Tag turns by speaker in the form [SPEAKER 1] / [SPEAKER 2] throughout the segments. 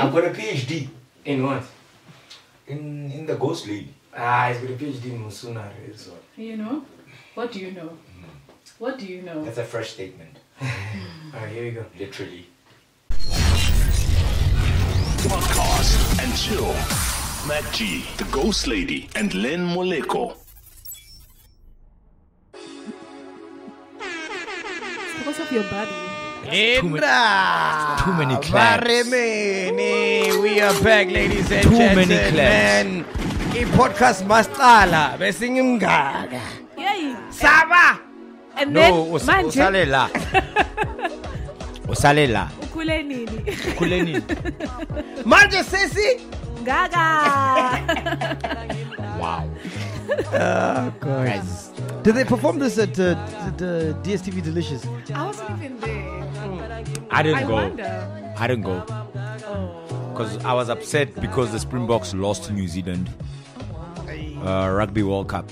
[SPEAKER 1] I've got a PhD
[SPEAKER 2] In what?
[SPEAKER 1] in, in the ghost lady.
[SPEAKER 2] Ah, he's got a PhD in Musuna. It's what?
[SPEAKER 3] You know? What do you know? What do you know?
[SPEAKER 1] That's a fresh statement,
[SPEAKER 2] Alright, here we go.
[SPEAKER 1] literally.
[SPEAKER 4] Podcast and chill. Matt G, the Ghost Lady, and Len Moleko.
[SPEAKER 5] What's up your body?
[SPEAKER 6] Indra! Too many claps.
[SPEAKER 1] Varemene, we are back ladies and
[SPEAKER 6] Too
[SPEAKER 1] gentlemen.
[SPEAKER 6] many claps.
[SPEAKER 1] I-podcast masicala bese ngimngaka.
[SPEAKER 5] Yay!
[SPEAKER 3] Ah.
[SPEAKER 1] Saba!
[SPEAKER 5] And
[SPEAKER 1] No,
[SPEAKER 5] then
[SPEAKER 1] us- usale
[SPEAKER 5] manje
[SPEAKER 1] la. Usale la.
[SPEAKER 5] ukhule nini?
[SPEAKER 6] Ukhule nini?
[SPEAKER 1] Manje sisi.
[SPEAKER 5] Gaga.
[SPEAKER 3] Ah,
[SPEAKER 6] Guys. Did they perform this at uh, the DSTV Delicious?
[SPEAKER 3] I wasn't even there.
[SPEAKER 1] I didn't
[SPEAKER 3] I
[SPEAKER 1] go.
[SPEAKER 3] wonder. Oh.
[SPEAKER 1] I didn't go. Because I was upset because the Springboks lost to New Zealand. Uh, Rugby World Cup.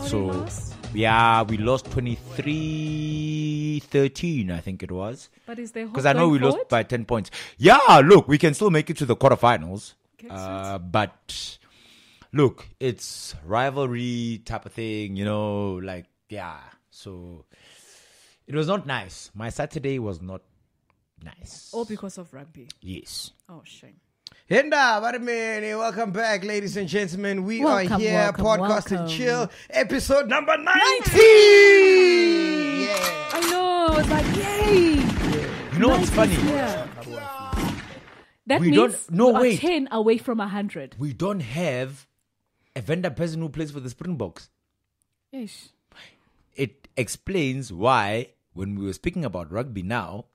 [SPEAKER 3] Oh,
[SPEAKER 1] So, yeah, we lost 23 13, I think it was.
[SPEAKER 3] But is there hope?
[SPEAKER 1] Because I know
[SPEAKER 3] going
[SPEAKER 1] we
[SPEAKER 3] forward?
[SPEAKER 1] lost by 10 points. Yeah, look, we can still make it to the quarterfinals.
[SPEAKER 3] Okay,
[SPEAKER 1] Uh, but look, it's rivalry type of thing, you know, like, yeah. So, it was not nice. My Saturday was not nice.
[SPEAKER 3] All because of rugby.
[SPEAKER 1] Yes.
[SPEAKER 3] Oh, shame.
[SPEAKER 6] Hinda, Varemene, welcome back, ladies and gentlemen. We are
[SPEAKER 5] Welcome,
[SPEAKER 6] here,
[SPEAKER 5] welcome,
[SPEAKER 6] podcast and
[SPEAKER 5] welcome.
[SPEAKER 6] chill, episode number 19! Yeah.
[SPEAKER 5] I know. It's like yay.
[SPEAKER 1] You know what's funny?
[SPEAKER 5] Yeah. That
[SPEAKER 1] We don't-
[SPEAKER 5] means
[SPEAKER 1] no,
[SPEAKER 5] we are
[SPEAKER 1] wait.
[SPEAKER 5] ten away from a hundred.
[SPEAKER 1] We don't have a vendor person who plays for the Springboks.
[SPEAKER 5] Ish.
[SPEAKER 1] It explains why, when we were speaking about rugby now,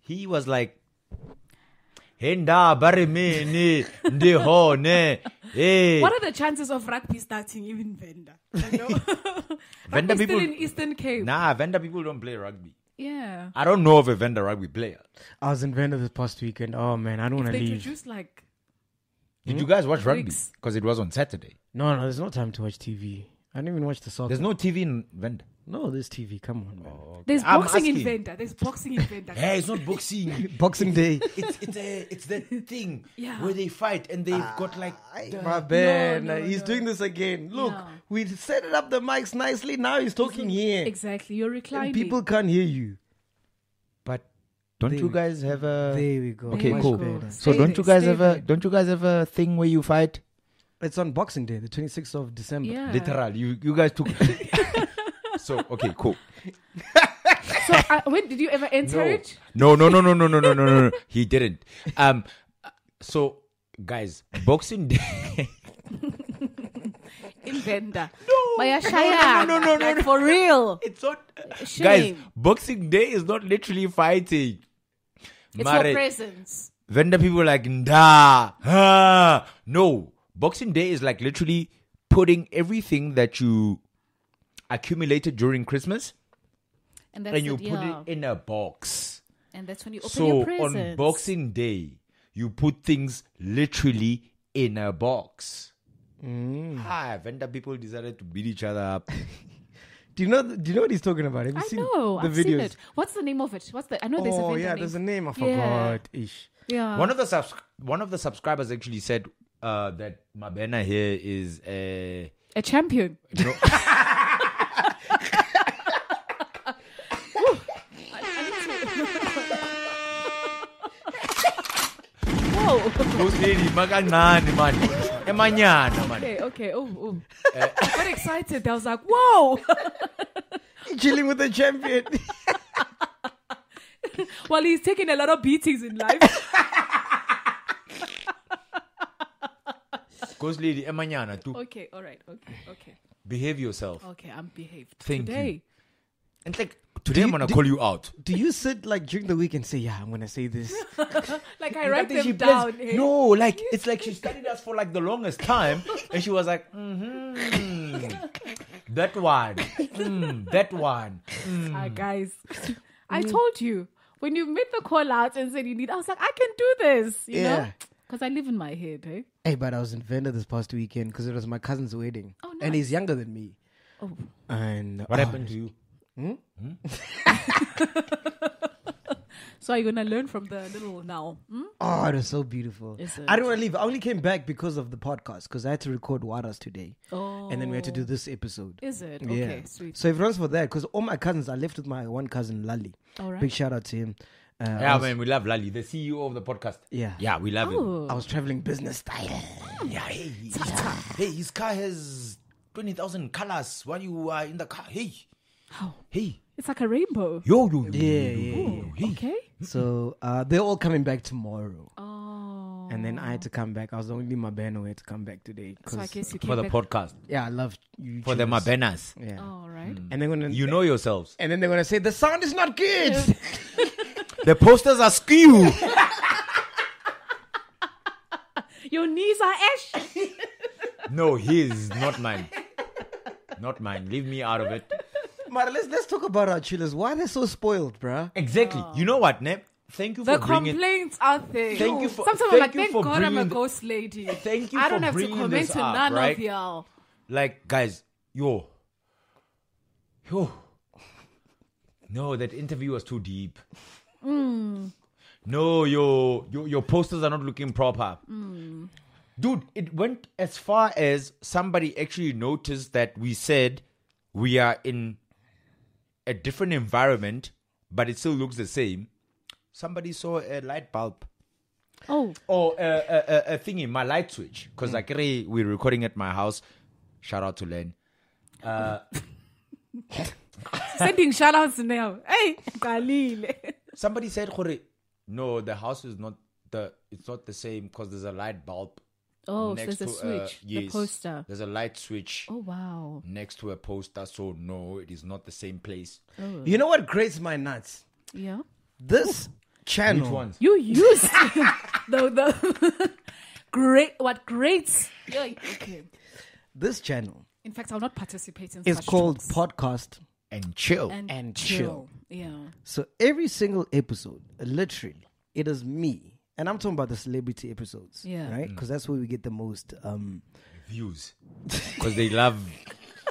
[SPEAKER 1] he was like, Henda baremene ndihone. Hey.
[SPEAKER 3] What are the chances of rugby starting even Venda?
[SPEAKER 1] Venda
[SPEAKER 3] Rugby's
[SPEAKER 1] people.
[SPEAKER 3] still in Eastern Cape.
[SPEAKER 1] Nah, vendor people don't play rugby.
[SPEAKER 3] Yeah.
[SPEAKER 1] I don't know of a vendor rugby player.
[SPEAKER 6] I was in Venda this past weekend. Oh man, I don't want to
[SPEAKER 3] They
[SPEAKER 6] leave.
[SPEAKER 3] introduced like
[SPEAKER 1] Did you
[SPEAKER 3] Hmm?
[SPEAKER 1] guys watch rugby?
[SPEAKER 3] Greeks.
[SPEAKER 1] Because it was on Saturday.
[SPEAKER 6] No, no, there's no time to watch TV. I didn't even watch the soccer.
[SPEAKER 1] There's no Oh. TV in vendor.
[SPEAKER 6] no, there's TV. Come on, man.
[SPEAKER 5] There's
[SPEAKER 1] I'm
[SPEAKER 5] boxing in
[SPEAKER 1] asking.
[SPEAKER 5] Venda.
[SPEAKER 3] Venda. There's boxing in Venda.
[SPEAKER 1] Hey, it's not boxing.
[SPEAKER 6] Boxing Day.
[SPEAKER 1] it's it's a it's that thing
[SPEAKER 3] Yeah.
[SPEAKER 1] where they fight and they've got like the-
[SPEAKER 6] My bad.
[SPEAKER 3] no,
[SPEAKER 6] he's
[SPEAKER 3] no.
[SPEAKER 6] doing this again. Look,
[SPEAKER 5] No.
[SPEAKER 6] we set it up the mics nicely. Now he's talking here.
[SPEAKER 5] Exactly. You're reclining.
[SPEAKER 6] And people can't hear you. uh,
[SPEAKER 1] But don't
[SPEAKER 6] There
[SPEAKER 1] you
[SPEAKER 6] we-
[SPEAKER 1] guys have a
[SPEAKER 6] There we go.
[SPEAKER 1] Okay,
[SPEAKER 5] Much
[SPEAKER 1] cool.
[SPEAKER 5] better.
[SPEAKER 1] So
[SPEAKER 3] Stay
[SPEAKER 1] don't you
[SPEAKER 3] there,
[SPEAKER 1] guys
[SPEAKER 3] stay
[SPEAKER 1] have a
[SPEAKER 3] there.
[SPEAKER 1] don't you guys have a thing where you fight?
[SPEAKER 6] It's on Boxing Day, the 26th of December.
[SPEAKER 5] Yeah.
[SPEAKER 1] Literal, you you guys took. so okay, cool.
[SPEAKER 5] So uh, when did you ever enter it?
[SPEAKER 1] No, no, no, no, no, no, no, no, no. no. He didn't. Um, so guys, Boxing Day.
[SPEAKER 3] In Venda.
[SPEAKER 5] Bayashaya.
[SPEAKER 1] no, no, no,
[SPEAKER 5] Like for real.
[SPEAKER 1] it's not,
[SPEAKER 5] Shame.
[SPEAKER 1] guys. Boxing Day is not literally fighting.
[SPEAKER 3] It's
[SPEAKER 1] Mare-
[SPEAKER 3] for presents.
[SPEAKER 1] vendor people are like nah ah. no boxing day is like literally putting everything that you accumulated during christmas
[SPEAKER 5] And, that's
[SPEAKER 1] and you
[SPEAKER 5] it,
[SPEAKER 1] put
[SPEAKER 5] yeah.
[SPEAKER 1] it in a box
[SPEAKER 5] And that's when you open
[SPEAKER 1] so
[SPEAKER 5] your presents.
[SPEAKER 1] on boxing day you put things literally in a box ah vendor people decided to beat each other up
[SPEAKER 6] Do you know? Do you know what he's talking about? Have you
[SPEAKER 5] I
[SPEAKER 6] seen
[SPEAKER 5] know.
[SPEAKER 6] the
[SPEAKER 5] I've
[SPEAKER 6] videos?
[SPEAKER 5] seen it. What's the name of it? What's the? I know there's a
[SPEAKER 6] oh
[SPEAKER 5] vendor
[SPEAKER 6] yeah,
[SPEAKER 5] name.
[SPEAKER 6] there's a name I
[SPEAKER 5] Yeah.
[SPEAKER 6] forgot. Ish.
[SPEAKER 5] Yeah.
[SPEAKER 1] one of the subs- one of the subscribers actually said uh, that my banner here is a
[SPEAKER 5] a champion.
[SPEAKER 1] no,
[SPEAKER 5] Whoa.
[SPEAKER 1] Those lady, makanani man. Emanyana man.
[SPEAKER 5] Okay. Okay. Oh. oh.
[SPEAKER 1] Eh.
[SPEAKER 3] I got excited. I was like, whoa.
[SPEAKER 6] Chilling with the champion.
[SPEAKER 3] Well, he's taking a lot of beatings in life.
[SPEAKER 1] Those lady, emanyana too.
[SPEAKER 3] okay, all right. Okay, okay.
[SPEAKER 1] Behave yourself.
[SPEAKER 3] Okay, I'm behaved.
[SPEAKER 1] Thank you.
[SPEAKER 3] Today.
[SPEAKER 1] And like Today I'm
[SPEAKER 6] you-
[SPEAKER 1] gonna
[SPEAKER 6] do-
[SPEAKER 1] call you out.
[SPEAKER 6] Do you sit like during the week and say, "Yeah, I'm gonna say this"?
[SPEAKER 5] Like I write
[SPEAKER 1] Then
[SPEAKER 5] them
[SPEAKER 1] she
[SPEAKER 5] down.
[SPEAKER 1] plays-
[SPEAKER 5] eh?
[SPEAKER 1] No, like it's like she studied us for like the longest time, and she was like, mhm, that one, mm, that one. Hmm.
[SPEAKER 5] Ah, guys, I
[SPEAKER 1] Mm.
[SPEAKER 5] told you when you made the call out and said you need, I was like, I can do this, you know?
[SPEAKER 6] Yeah.
[SPEAKER 5] Because I live in my head, eh?
[SPEAKER 6] Hey, but I was in Venda this past weekend because it was my cousin's wedding,
[SPEAKER 5] Oh,
[SPEAKER 6] and
[SPEAKER 5] nice.
[SPEAKER 6] he's younger than me. Oh. And
[SPEAKER 1] What
[SPEAKER 6] oh,
[SPEAKER 1] happened to you?
[SPEAKER 5] So you're gonna learn from the little now. Hmm?
[SPEAKER 6] Oh, it was so beautiful.
[SPEAKER 5] Is
[SPEAKER 6] I don't want to leave. I only came back because of the podcast because I had to record Waras today.
[SPEAKER 5] Oh,
[SPEAKER 6] And then we had to do this episode.
[SPEAKER 5] Is it
[SPEAKER 6] Yeah.
[SPEAKER 5] okay? Sweet.
[SPEAKER 6] So if it runs for that, because all my cousins, I left with my one cousin, Lali.
[SPEAKER 5] All right.
[SPEAKER 6] Big shout out to him. Uh, I,
[SPEAKER 1] Yeah,
[SPEAKER 6] was,
[SPEAKER 1] man, we love Lali, the CEO of the podcast.
[SPEAKER 6] Yeah.
[SPEAKER 1] yeah, we love
[SPEAKER 5] Oh.
[SPEAKER 1] him.
[SPEAKER 6] I was traveling business style.
[SPEAKER 1] Yeah, hey, hey, his car has twenty thousand colors while you are in the car. Hey, hey,
[SPEAKER 5] It's like a rainbow.
[SPEAKER 1] yo, yo, yo, yo,
[SPEAKER 6] Yeah,
[SPEAKER 1] yo,
[SPEAKER 6] yeah,
[SPEAKER 1] yo,
[SPEAKER 6] yeah.
[SPEAKER 1] yo, hey.
[SPEAKER 5] Okay.
[SPEAKER 6] so uh, they're all coming back tomorrow.
[SPEAKER 5] Oh.
[SPEAKER 6] And then I had to come back. I was the only Mabano who had to come back today.
[SPEAKER 5] So I
[SPEAKER 6] 'cause-
[SPEAKER 5] guess you came
[SPEAKER 1] For the
[SPEAKER 5] back.
[SPEAKER 1] podcast,
[SPEAKER 6] yeah, I love you.
[SPEAKER 1] for the
[SPEAKER 6] choose.
[SPEAKER 1] Mabenas,
[SPEAKER 6] Yeah.
[SPEAKER 5] Oh, right.
[SPEAKER 1] Hmm.
[SPEAKER 6] And they're gonna
[SPEAKER 1] you know yourselves.
[SPEAKER 6] and then they're gonna say the sound is not good.
[SPEAKER 1] The posters are skewed.
[SPEAKER 5] Your knees are ash.
[SPEAKER 1] No, his, not mine. Not mine. Leave me out of it.
[SPEAKER 6] Mara, let's let's talk about our chillers. Why are they so spoiled, bruh?
[SPEAKER 1] Exactly. You know what, Neb? Thank you for
[SPEAKER 5] Oh. The
[SPEAKER 1] bringing.
[SPEAKER 5] complaints are there.
[SPEAKER 1] Thank you for-
[SPEAKER 5] Sometimes I'm
[SPEAKER 1] thank
[SPEAKER 5] like,
[SPEAKER 1] you
[SPEAKER 5] thank
[SPEAKER 1] for
[SPEAKER 5] God I'm a
[SPEAKER 1] bringing the-
[SPEAKER 5] ghost lady.
[SPEAKER 1] Thank you
[SPEAKER 5] I
[SPEAKER 1] for
[SPEAKER 5] don't have to
[SPEAKER 1] bringing
[SPEAKER 5] comment
[SPEAKER 1] this
[SPEAKER 5] to
[SPEAKER 1] up,
[SPEAKER 5] none
[SPEAKER 1] right?
[SPEAKER 5] of y'all.
[SPEAKER 1] like, guys, yo, yo. No, that interview was too deep. No, yo, yo, your posters are not looking proper. Dude, it went as far as somebody actually noticed that we said we are in a different environment, but it still looks the same. Somebody saw a light bulb.
[SPEAKER 5] Oh,
[SPEAKER 1] Oh, a uh, uh, uh, thingy, my light switch. Because like really, we're recording at my house. Shout out to Len.
[SPEAKER 5] sending shout outs now. Hey, Galile.
[SPEAKER 1] Somebody said, "Gore, no, the house is not the. It's not the same because there's a light bulb.
[SPEAKER 5] Oh, so
[SPEAKER 1] next
[SPEAKER 5] there's a
[SPEAKER 1] to a-
[SPEAKER 5] switch. The
[SPEAKER 1] yes,
[SPEAKER 5] poster.
[SPEAKER 1] There's a light switch
[SPEAKER 5] Oh, wow.
[SPEAKER 1] next to a poster. So no, it is not the same place.
[SPEAKER 6] You know what grates my nuts?
[SPEAKER 5] Yeah.
[SPEAKER 6] This channel.
[SPEAKER 1] Which ones?
[SPEAKER 5] You used the the great what greats. Yeah, okay.
[SPEAKER 6] This channel
[SPEAKER 5] In fact, I'll not participate in.
[SPEAKER 6] is
[SPEAKER 5] such
[SPEAKER 6] called
[SPEAKER 5] talks.
[SPEAKER 6] Podcast.
[SPEAKER 1] And chill.
[SPEAKER 5] and,
[SPEAKER 6] and
[SPEAKER 5] chill. Yeah.
[SPEAKER 6] So every single episode, literally, it is me. And I'm talking about the celebrity episodes.
[SPEAKER 5] Yeah.
[SPEAKER 6] Right? Because that's where we get the most um
[SPEAKER 1] Views, because they love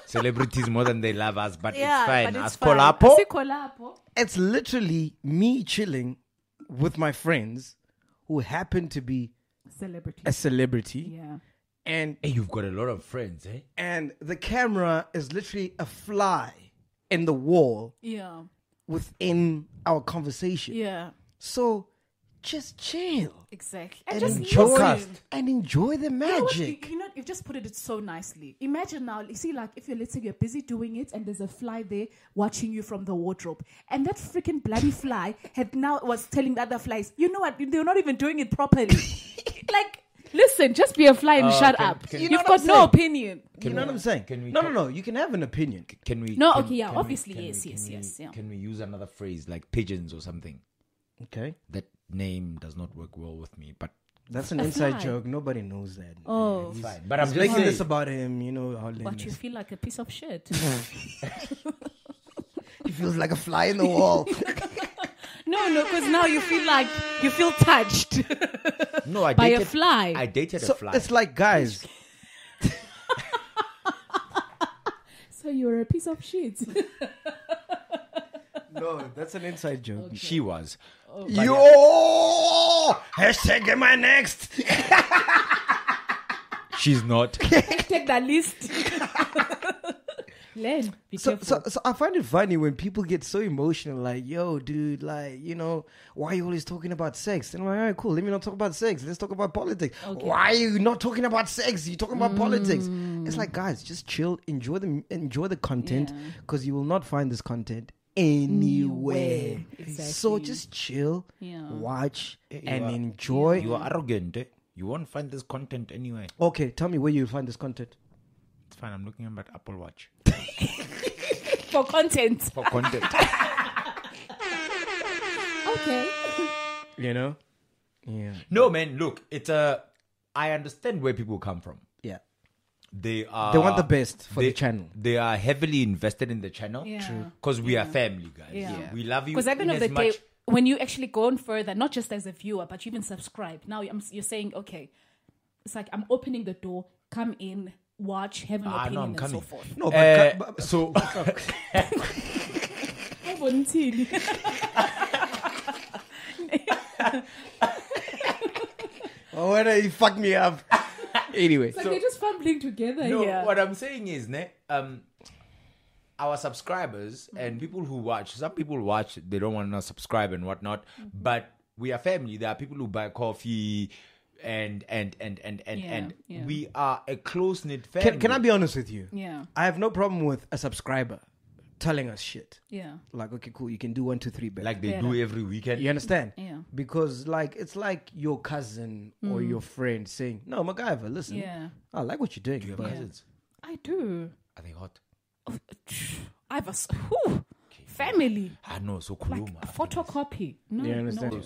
[SPEAKER 1] celebrities more than they love us. But it's fine.
[SPEAKER 5] but it's
[SPEAKER 1] As Kolapo,
[SPEAKER 5] Asi kolapo.
[SPEAKER 6] it's literally me chilling with my friends who happen to be
[SPEAKER 5] Celebrity.
[SPEAKER 6] a celebrity.
[SPEAKER 5] Yeah.
[SPEAKER 6] And
[SPEAKER 1] hey, you've got a lot of friends, eh?
[SPEAKER 6] and the camera is literally a fly in the wall
[SPEAKER 5] Yeah.
[SPEAKER 6] within our conversation.
[SPEAKER 5] Yeah.
[SPEAKER 6] So just chill.
[SPEAKER 5] Exactly.
[SPEAKER 6] And
[SPEAKER 5] And just
[SPEAKER 6] enjoy
[SPEAKER 5] listen.
[SPEAKER 6] and enjoy the
[SPEAKER 5] You know what?
[SPEAKER 6] magic.
[SPEAKER 5] You, you know, you just put it so nicely. Imagine now, you see, like if you're let's say you're busy doing it, and there's a fly there watching you from the wardrobe, and that freaking bloody fly had now was telling the other flies, you know what? They're not even doing it properly. like, listen, just be a fly and shut
[SPEAKER 1] can-
[SPEAKER 5] up.
[SPEAKER 1] can-
[SPEAKER 6] You
[SPEAKER 5] You've
[SPEAKER 6] know what
[SPEAKER 5] got
[SPEAKER 6] I'm
[SPEAKER 5] no
[SPEAKER 6] saying?
[SPEAKER 5] opinion.
[SPEAKER 6] you know
[SPEAKER 1] we-
[SPEAKER 6] what I'm saying?
[SPEAKER 1] can we
[SPEAKER 6] no,
[SPEAKER 1] talk-
[SPEAKER 6] no, no. You can have an opinion.
[SPEAKER 1] Can we?
[SPEAKER 5] No,
[SPEAKER 1] can-
[SPEAKER 5] okay, yeah,
[SPEAKER 1] can we-
[SPEAKER 5] obviously,
[SPEAKER 1] can
[SPEAKER 5] yes,
[SPEAKER 1] we-
[SPEAKER 5] yes,
[SPEAKER 1] can
[SPEAKER 5] yes,
[SPEAKER 1] we-
[SPEAKER 5] yeah.
[SPEAKER 1] Can we use another phrase like pigeons or something?
[SPEAKER 6] Okay.
[SPEAKER 1] That name does not work well with me, but
[SPEAKER 6] That's an
[SPEAKER 5] A
[SPEAKER 6] inside
[SPEAKER 5] fly.
[SPEAKER 6] joke. Nobody knows that.
[SPEAKER 5] Oh,
[SPEAKER 1] it's fine. But I'm
[SPEAKER 6] He's
[SPEAKER 1] just
[SPEAKER 6] making
[SPEAKER 1] saying,
[SPEAKER 6] this about him, you know how Lynn
[SPEAKER 5] but you
[SPEAKER 6] is.
[SPEAKER 5] feel like a piece of shit.
[SPEAKER 6] He feels like a fly in the wall.
[SPEAKER 5] no, no, because now you feel like you feel touched.
[SPEAKER 1] no, I
[SPEAKER 5] by a
[SPEAKER 1] dated,
[SPEAKER 5] fly.
[SPEAKER 1] I dated
[SPEAKER 6] so
[SPEAKER 1] a fly.
[SPEAKER 6] it's like, guys,
[SPEAKER 5] so you're a piece of shit.
[SPEAKER 6] no, that's an inside joke.
[SPEAKER 1] she was.
[SPEAKER 5] Oh.
[SPEAKER 6] Yo, hashtag am I next?
[SPEAKER 1] She's not.
[SPEAKER 5] Take that list. Len, be
[SPEAKER 6] So,
[SPEAKER 5] careful.
[SPEAKER 6] so, so I find it funny when people get so emotional, like, yo, dude, like, you know, why are you always talking about sex? And I'm like, all right, cool, let me not talk about sex. Let's talk about politics. Why are you not talking about sex? You're talking about politics. It's like, guys, just chill, enjoy the enjoy the content, because you will not find this content anywhere. So
[SPEAKER 5] Exactly.
[SPEAKER 6] just chill,
[SPEAKER 5] Yeah.
[SPEAKER 6] watch, and
[SPEAKER 1] are-
[SPEAKER 6] enjoy.
[SPEAKER 1] you are arrogant. Eh? You won't find this content anyway.
[SPEAKER 6] Okay, tell me where you find this content.
[SPEAKER 1] It's fine. I'm looking at my Apple Watch
[SPEAKER 5] for content.
[SPEAKER 1] for content.
[SPEAKER 5] Okay.
[SPEAKER 6] You know? Yeah.
[SPEAKER 1] No, man. Look, it's a. I understand where people come from.
[SPEAKER 6] Yeah.
[SPEAKER 1] They are.
[SPEAKER 6] They want the best for the channel.
[SPEAKER 1] They are heavily invested in the channel.
[SPEAKER 3] Yeah. True.
[SPEAKER 1] Because we are family, guys.
[SPEAKER 5] Yeah. Yeah.
[SPEAKER 1] We love you.
[SPEAKER 5] Because at the end
[SPEAKER 1] in
[SPEAKER 5] of the
[SPEAKER 1] as much-
[SPEAKER 5] day, when you actually go on further, not just as a viewer, but you even subscribe, now I'm, you're saying, okay, it's like I'm opening the door, come in, watch, have an
[SPEAKER 1] Ah, no,
[SPEAKER 5] opinion,
[SPEAKER 1] I'm
[SPEAKER 5] and so
[SPEAKER 1] coming.
[SPEAKER 5] forth.
[SPEAKER 6] No,
[SPEAKER 1] Uh,
[SPEAKER 6] but, but-
[SPEAKER 1] so
[SPEAKER 6] oh, why don't you fuck me up? anyway.
[SPEAKER 5] Like they're just fumbling together
[SPEAKER 1] no,
[SPEAKER 5] here.
[SPEAKER 1] what I'm saying is, ne, um, our subscribers
[SPEAKER 5] Mm-hmm.
[SPEAKER 1] and people who watch. Some people watch; they don't want to subscribe and whatnot.
[SPEAKER 5] Mm-hmm.
[SPEAKER 1] But we are family. There are people who buy coffee, and and and and and
[SPEAKER 5] Yeah,
[SPEAKER 1] and
[SPEAKER 5] yeah.
[SPEAKER 1] we are a close knit family.
[SPEAKER 6] Can, can I be honest with you?
[SPEAKER 5] Yeah.
[SPEAKER 6] I have no problem with a subscriber telling us shit.
[SPEAKER 5] yeah.
[SPEAKER 6] Like, okay, cool, you can do one, two, three, better.
[SPEAKER 1] like they
[SPEAKER 5] Yeah.
[SPEAKER 1] do every weekend?
[SPEAKER 6] You understand?
[SPEAKER 5] Yeah.
[SPEAKER 6] Because like it's like your cousin or your friend saying, "No, MacGyver, listen,
[SPEAKER 5] Mm. Yeah.
[SPEAKER 6] I like what you're doing,
[SPEAKER 1] Do you have
[SPEAKER 6] but
[SPEAKER 1] cousins?
[SPEAKER 5] I do.
[SPEAKER 1] Are they hot?
[SPEAKER 5] I have a s- whew, family.
[SPEAKER 1] I know, Ah, so
[SPEAKER 5] Like
[SPEAKER 1] Kuluma.
[SPEAKER 5] a photocopy. No,
[SPEAKER 6] you understand?"
[SPEAKER 5] no.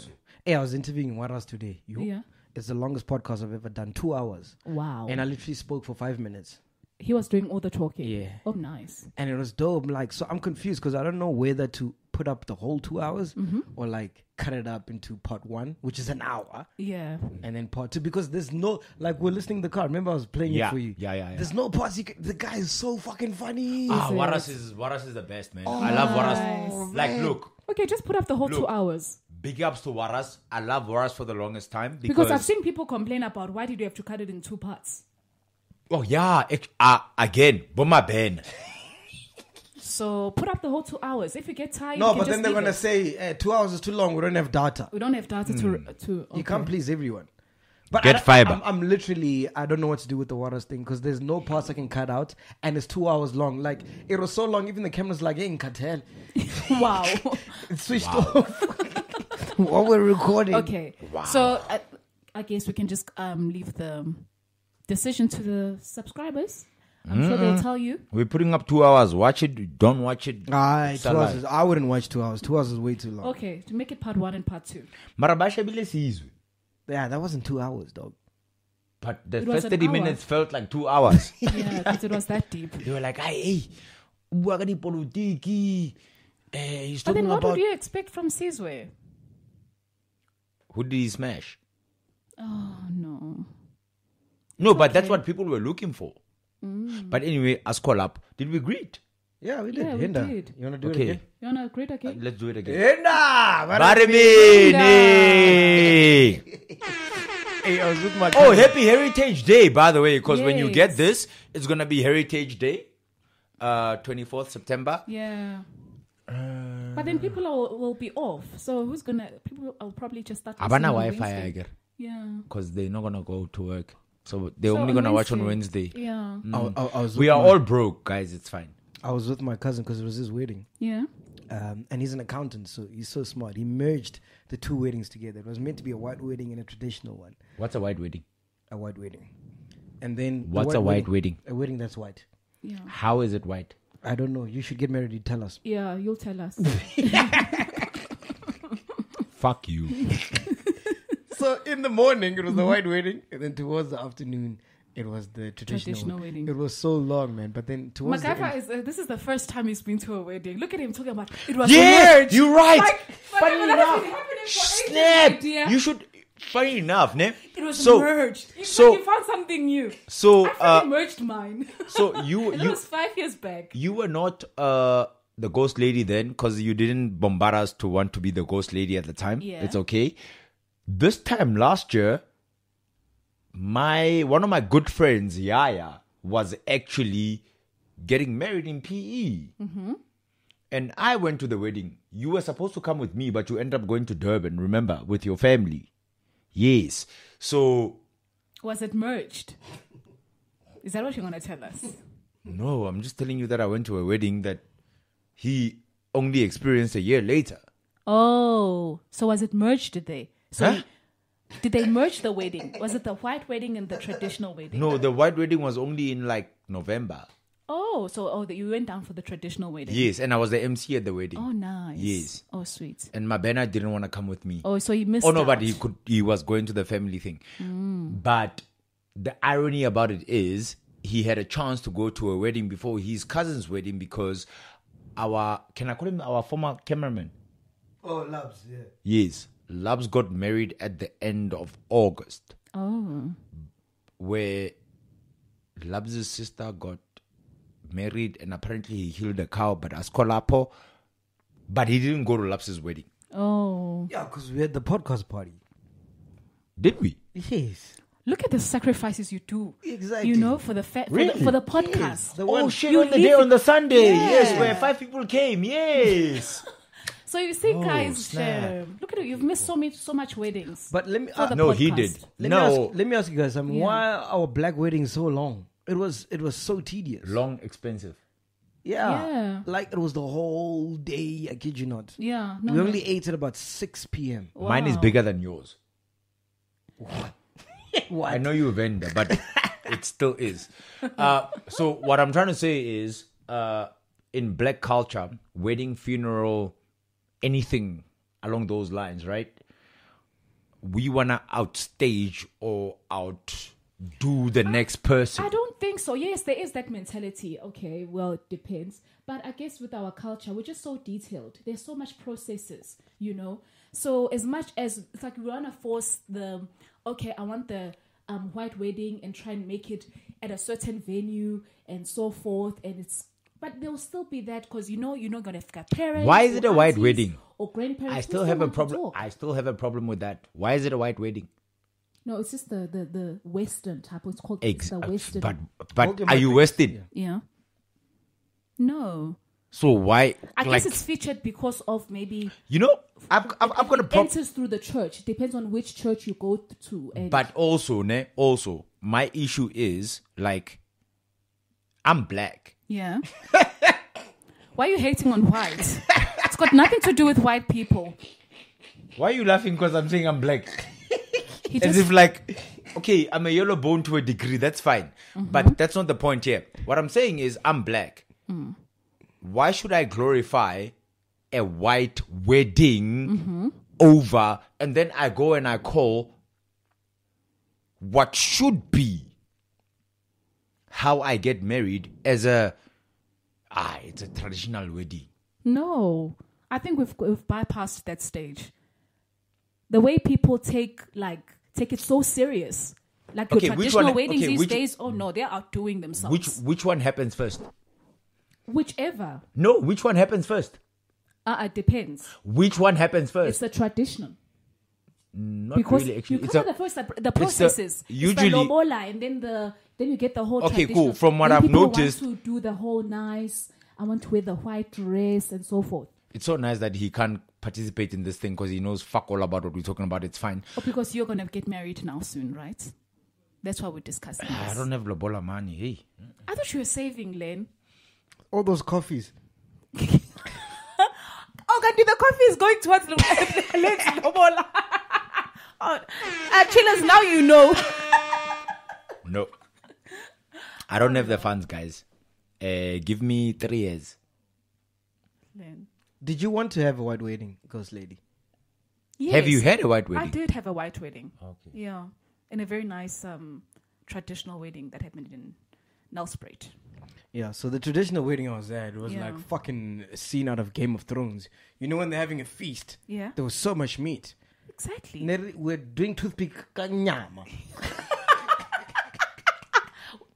[SPEAKER 6] Hey, I was interviewing Waras today. You,
[SPEAKER 5] Yeah.
[SPEAKER 6] it's the longest podcast I've ever done, two hours,
[SPEAKER 5] Wow.
[SPEAKER 6] and I literally spoke for five minutes,
[SPEAKER 5] he was doing all the talking.
[SPEAKER 6] Yeah.
[SPEAKER 5] Oh, nice.
[SPEAKER 6] and it was dope. Like, so I'm confused because I don't know whether to put up the whole two hours
[SPEAKER 5] Mm-hmm.
[SPEAKER 6] or like cut it up into part one, which is an hour,
[SPEAKER 5] Yeah.
[SPEAKER 6] and then part two because there's no like we're listening to the car. Remember, I was playing
[SPEAKER 1] Yeah,
[SPEAKER 6] it for you.
[SPEAKER 1] yeah, yeah, yeah.
[SPEAKER 6] There's no parts. You can, the guy is so fucking funny.
[SPEAKER 1] Ah, Waras is Waras is the best man.
[SPEAKER 5] Oh,
[SPEAKER 1] I love Waras. Like, look,
[SPEAKER 5] Okay, just put up the whole two
[SPEAKER 1] Look.
[SPEAKER 5] hours.
[SPEAKER 1] big ups to Waras. I love Waras for the longest time because,
[SPEAKER 5] Because I've seen people complain about why did you have to cut it in two parts?
[SPEAKER 1] Oh yeah, ec- uh, again, Boma Ben.
[SPEAKER 5] So put up the whole two hours. If you get tired, you
[SPEAKER 6] No,
[SPEAKER 5] can
[SPEAKER 6] but
[SPEAKER 5] just
[SPEAKER 6] then they're
[SPEAKER 5] leave
[SPEAKER 6] gonna
[SPEAKER 5] it.
[SPEAKER 6] say eh, two hours is too long. We don't have data.
[SPEAKER 5] we don't have data to to. Okay.
[SPEAKER 6] You can't please everyone. But
[SPEAKER 1] Get
[SPEAKER 6] I don't-
[SPEAKER 1] fiber.
[SPEAKER 6] I'm, I'm literally I don't know what to do with the waters thing because there's no parts I can cut out and it's two hours long. Like it was so long, even the camera's like, "Hey, in cartel,
[SPEAKER 5] Wow.
[SPEAKER 6] it switched off." While we're recording,
[SPEAKER 5] okay. So I, I guess we can just um leave the decision to the subscribers. I'm sure
[SPEAKER 6] Hmm.
[SPEAKER 5] they'll tell you.
[SPEAKER 1] We're putting up two hours. Watch it. Don't watch it.
[SPEAKER 6] Aye,
[SPEAKER 1] It's
[SPEAKER 6] two
[SPEAKER 1] a
[SPEAKER 6] hours.
[SPEAKER 1] lie.
[SPEAKER 6] Is, Ah, I wouldn't watch two hours. Two hours is way too long.
[SPEAKER 5] Okay, to make it part one and part two.
[SPEAKER 1] Mara ba shebile sizwe.
[SPEAKER 6] Yeah, that wasn't two hours, dog.
[SPEAKER 1] But the
[SPEAKER 5] It was
[SPEAKER 1] first
[SPEAKER 5] an
[SPEAKER 1] thirty
[SPEAKER 5] hour.
[SPEAKER 1] minutes felt like two hours.
[SPEAKER 5] Yeah, because it was that deep.
[SPEAKER 1] they were like, "Hey, hey, bua ka dipolitiki." Eh, he's
[SPEAKER 5] But
[SPEAKER 1] talking
[SPEAKER 5] then what
[SPEAKER 1] about
[SPEAKER 5] would you expect from Sizwe?
[SPEAKER 1] who did he smash?
[SPEAKER 5] Oh no.
[SPEAKER 1] No, but that's what people were looking for.
[SPEAKER 5] Mm.
[SPEAKER 1] But anyway, us call up. Did we greet?
[SPEAKER 6] Yeah, we did.
[SPEAKER 5] Yeah, we
[SPEAKER 6] Hinda,
[SPEAKER 5] did.
[SPEAKER 6] you wanna do
[SPEAKER 1] Okay.
[SPEAKER 6] it again?
[SPEAKER 5] You wanna great again?
[SPEAKER 1] Let's do it again.
[SPEAKER 6] Hinda, but I-
[SPEAKER 1] Barimini.
[SPEAKER 6] Hey, I was with my
[SPEAKER 1] Oh,
[SPEAKER 6] cousin.
[SPEAKER 1] happy Heritage Day, by the way, because when you get
[SPEAKER 5] Yes.
[SPEAKER 1] this, it's going to be Heritage Day, uh, 24th September.
[SPEAKER 5] Yeah. But then people will, will be off. So who's gonna? People will probably just start.
[SPEAKER 1] Abana
[SPEAKER 5] listening on
[SPEAKER 1] Wi Fi,
[SPEAKER 5] Wednesday.
[SPEAKER 1] I guess,
[SPEAKER 5] Yeah.
[SPEAKER 1] because they're not going to go to work. So they're
[SPEAKER 5] So
[SPEAKER 1] only
[SPEAKER 5] on
[SPEAKER 1] going to watch on Wednesday.
[SPEAKER 5] Yeah.
[SPEAKER 1] Mm.
[SPEAKER 6] I, I- I was
[SPEAKER 1] We
[SPEAKER 6] with
[SPEAKER 1] are
[SPEAKER 6] my-
[SPEAKER 1] all broke, guys. It's fine.
[SPEAKER 6] I was with my cousin because it was his wedding.
[SPEAKER 5] Yeah.
[SPEAKER 6] um, and he's an accountant, so he's so smart. He merged the two weddings together. It was meant to be a white wedding and a traditional one,
[SPEAKER 1] What's a white wedding?
[SPEAKER 6] a white wedding. And then the
[SPEAKER 1] What's a white wedding?
[SPEAKER 6] A wedding that's white.
[SPEAKER 5] Yeah.
[SPEAKER 1] How is it white?
[SPEAKER 6] I don't know. You should get married. You tell us.
[SPEAKER 5] Yeah. You'll tell us.
[SPEAKER 1] Fuck you.
[SPEAKER 6] So in the morning it was the white wedding, and then towards the afternoon it was the traditional,
[SPEAKER 5] Traditional
[SPEAKER 6] one.
[SPEAKER 5] wedding.
[SPEAKER 6] It was so long, man. But then towards the
[SPEAKER 5] MacGyver
[SPEAKER 6] end,
[SPEAKER 5] is. Uh, this is the first time he's been to a wedding. Look at him talking about. It was
[SPEAKER 1] Yeah,
[SPEAKER 5] weird.
[SPEAKER 1] you're right.
[SPEAKER 5] Like,
[SPEAKER 1] funny
[SPEAKER 5] but that has
[SPEAKER 1] enough,
[SPEAKER 5] been happening for ages, my
[SPEAKER 1] snap.
[SPEAKER 5] dear.
[SPEAKER 1] You should. Funny enough, ne?
[SPEAKER 5] It was
[SPEAKER 1] so,
[SPEAKER 5] merged. You,
[SPEAKER 1] so-
[SPEAKER 5] you found something new.
[SPEAKER 1] So,
[SPEAKER 5] I
[SPEAKER 1] uh,
[SPEAKER 5] fucking merged mine.
[SPEAKER 1] so you
[SPEAKER 5] and
[SPEAKER 1] you
[SPEAKER 5] that was five years back.
[SPEAKER 1] you were not uh the ghost lady then because you didn't bombard us to want to be the ghost lady at the time
[SPEAKER 5] Yeah.
[SPEAKER 1] it's okay this time last year my one of my good friends yaya was actually getting married in pe and i went to the wedding you were supposed to come with me but you ended up going to durban remember with your family yes so
[SPEAKER 5] Was it merged? Is that what you're gonna tell us?
[SPEAKER 1] No, I'm just telling you that I went to a wedding that he only experienced a year later.
[SPEAKER 5] Oh, so was it merged there? So
[SPEAKER 1] Huh?
[SPEAKER 5] did they merge the wedding? Was it the white wedding and the traditional wedding?
[SPEAKER 1] No, the white wedding was only in like November.
[SPEAKER 5] Oh, so oh, that you went down for the traditional wedding.
[SPEAKER 1] Yes, and I was the MC at the wedding.
[SPEAKER 5] Oh, nice.
[SPEAKER 1] Yes.
[SPEAKER 5] Oh, sweet.
[SPEAKER 1] And my banner didn't want to come with me.
[SPEAKER 5] Oh, so you missed.
[SPEAKER 1] Oh no,
[SPEAKER 5] out. Hmm.
[SPEAKER 1] but he could. He was going to the family thing. But the irony about it is, he had a chance to go to a wedding before his cousin's wedding because our can I call him our former cameraman?
[SPEAKER 6] Oh, labs, yeah.
[SPEAKER 1] Yes, Labs got married at the end of August,
[SPEAKER 5] Oh,
[SPEAKER 1] where Labs' sister got married, and apparently he killed a cow. But Askolapo, but he didn't go to Labs' wedding,
[SPEAKER 5] oh.
[SPEAKER 6] Yeah, because we had the podcast party.
[SPEAKER 1] did we?
[SPEAKER 6] Yes.
[SPEAKER 5] Look at the sacrifices you do.
[SPEAKER 6] Exactly.
[SPEAKER 5] You know, for the fa- for,
[SPEAKER 1] Really?
[SPEAKER 5] the, for the podcast.
[SPEAKER 6] The
[SPEAKER 1] Oh
[SPEAKER 6] one-
[SPEAKER 1] shit!
[SPEAKER 5] You
[SPEAKER 1] on the
[SPEAKER 5] leave
[SPEAKER 1] day
[SPEAKER 5] it-
[SPEAKER 1] on the Sunday, yes,
[SPEAKER 5] Yeah.
[SPEAKER 1] where five people came, yes.
[SPEAKER 5] So you see, guys,
[SPEAKER 1] Oh, snap.
[SPEAKER 5] um, look at you. You've missed so much, so much weddings.
[SPEAKER 6] But let me
[SPEAKER 5] For the
[SPEAKER 1] no, he
[SPEAKER 5] podcast.
[SPEAKER 1] did.
[SPEAKER 6] let me
[SPEAKER 1] no,
[SPEAKER 6] ask, let me ask you guys something. Why our black wedding so long? It was it was so tedious.
[SPEAKER 1] long, expensive.
[SPEAKER 6] Yeah.
[SPEAKER 5] Yeah.
[SPEAKER 6] Like it was the whole day. I kid you not.
[SPEAKER 5] yeah, no,
[SPEAKER 6] we
[SPEAKER 5] no.
[SPEAKER 6] only ate at about six p.m.
[SPEAKER 1] Mine is
[SPEAKER 5] Wow.
[SPEAKER 1] bigger than yours.
[SPEAKER 6] What?
[SPEAKER 1] I know you vendor, but it still is. Uh, so what I'm trying to say is, uh, in black culture, wedding, funeral, anything along those lines, right? We wanna outstage or outdo the next person.
[SPEAKER 5] I don't think so. Yes, there is that mentality. Okay, well, it depends. But I guess with our culture, we're just so detailed. There's so much processes, you know. So as much as it's like we wanna force the okay, I want the um, white wedding and try and make it at a certain venue and so forth, and it's but there'll still be that because you know you're not gonna have parents.
[SPEAKER 1] Why is it
[SPEAKER 5] or
[SPEAKER 1] a white
[SPEAKER 5] aunties
[SPEAKER 1] wedding?
[SPEAKER 5] Or grandparents.
[SPEAKER 1] I
[SPEAKER 5] who
[SPEAKER 1] still have a
[SPEAKER 5] want to
[SPEAKER 1] problem.
[SPEAKER 5] talk.
[SPEAKER 1] I still have a problem with that. Why is it a white wedding?
[SPEAKER 5] No, it's just the the the Western type. It's called it's
[SPEAKER 1] Ex- uh,
[SPEAKER 5] the Western.
[SPEAKER 1] but
[SPEAKER 6] Hold
[SPEAKER 1] but
[SPEAKER 6] your
[SPEAKER 1] are you
[SPEAKER 6] mic.
[SPEAKER 1] wasted?
[SPEAKER 5] yeah. No.
[SPEAKER 1] So why?
[SPEAKER 5] I
[SPEAKER 1] like
[SPEAKER 5] guess it's featured because of maybe
[SPEAKER 1] you know, I've I've, I've got a
[SPEAKER 5] it
[SPEAKER 1] problem.
[SPEAKER 5] enters through the church. It depends on which church you go to. And
[SPEAKER 1] But also, ne, also, my issue is like, I'm black.
[SPEAKER 5] yeah, why are you hating on white? it's got nothing to do with white people.
[SPEAKER 1] Why are you laughing? Because I'm saying I'm black.
[SPEAKER 5] He
[SPEAKER 1] As
[SPEAKER 5] just
[SPEAKER 1] if like, okay, I'm a yellow bone to a degree. That's fine,
[SPEAKER 5] Mm-hmm.
[SPEAKER 1] but that's not the point here. What I'm saying is I'm black.
[SPEAKER 5] Mm.
[SPEAKER 1] Why should I glorify a white wedding
[SPEAKER 5] Mm-hmm.
[SPEAKER 1] over and then I go and I call what should be how I get married as a ah, it's a traditional wedding.
[SPEAKER 5] no. I think we've we've bypassed that stage. The way people take like take it so serious, like
[SPEAKER 1] Okay,
[SPEAKER 5] your
[SPEAKER 1] which
[SPEAKER 5] traditional
[SPEAKER 1] one-
[SPEAKER 5] weddings
[SPEAKER 1] okay,
[SPEAKER 5] these
[SPEAKER 1] which-
[SPEAKER 5] days. Oh no, they're outdoing themselves.
[SPEAKER 1] Which which one happens first?
[SPEAKER 5] Whichever,
[SPEAKER 1] No, which one happens first?
[SPEAKER 5] uh, it depends.
[SPEAKER 1] Which one happens
[SPEAKER 5] It's
[SPEAKER 1] first?
[SPEAKER 5] the traditional.
[SPEAKER 1] Not
[SPEAKER 5] because
[SPEAKER 1] really, actually.
[SPEAKER 5] you
[SPEAKER 1] It's
[SPEAKER 5] cover
[SPEAKER 1] a-
[SPEAKER 5] the first the, the processes.
[SPEAKER 1] usually-
[SPEAKER 5] it's the lobola and then the then you get the whole.
[SPEAKER 1] Okay, cool.
[SPEAKER 5] traditional-
[SPEAKER 1] From what
[SPEAKER 5] then
[SPEAKER 1] I've
[SPEAKER 5] people want
[SPEAKER 1] noticed-
[SPEAKER 5] to do the whole nice. I want to wear the white dress and so forth.
[SPEAKER 1] it's so nice that he can't participate in this thing because he knows fuck all about what we're talking about. It's fine.
[SPEAKER 5] Oh, because you're gonna get married now soon, right? That's why we're discussing
[SPEAKER 1] I
[SPEAKER 5] this.
[SPEAKER 1] don't have Lobola money. Hey,
[SPEAKER 5] I thought you were saving, Len.
[SPEAKER 6] All those coffees.
[SPEAKER 5] Oh, Gandhi, the coffee is going towards Lo- Len's lobola. oh, uh, chillers, now you know.
[SPEAKER 1] no, I don't have the funds, guys. Uh, give me three years.
[SPEAKER 5] Len.
[SPEAKER 6] Did you want to have a white wedding, ghost lady?
[SPEAKER 1] Have you
[SPEAKER 5] Yes.
[SPEAKER 1] had a white
[SPEAKER 5] I
[SPEAKER 1] wedding?
[SPEAKER 5] did have a white wedding. Okay. Yeah, and a very nice um, traditional wedding that happened in Nelspruit.
[SPEAKER 6] Yeah, so the traditional wedding I was at was
[SPEAKER 5] Yeah.
[SPEAKER 6] like fucking a scene out of Game of Thrones. You know when they're having a feast?
[SPEAKER 5] Yeah.
[SPEAKER 6] There was so much meat.
[SPEAKER 5] Exactly.
[SPEAKER 6] Neri- We're doing toothpick kanyama.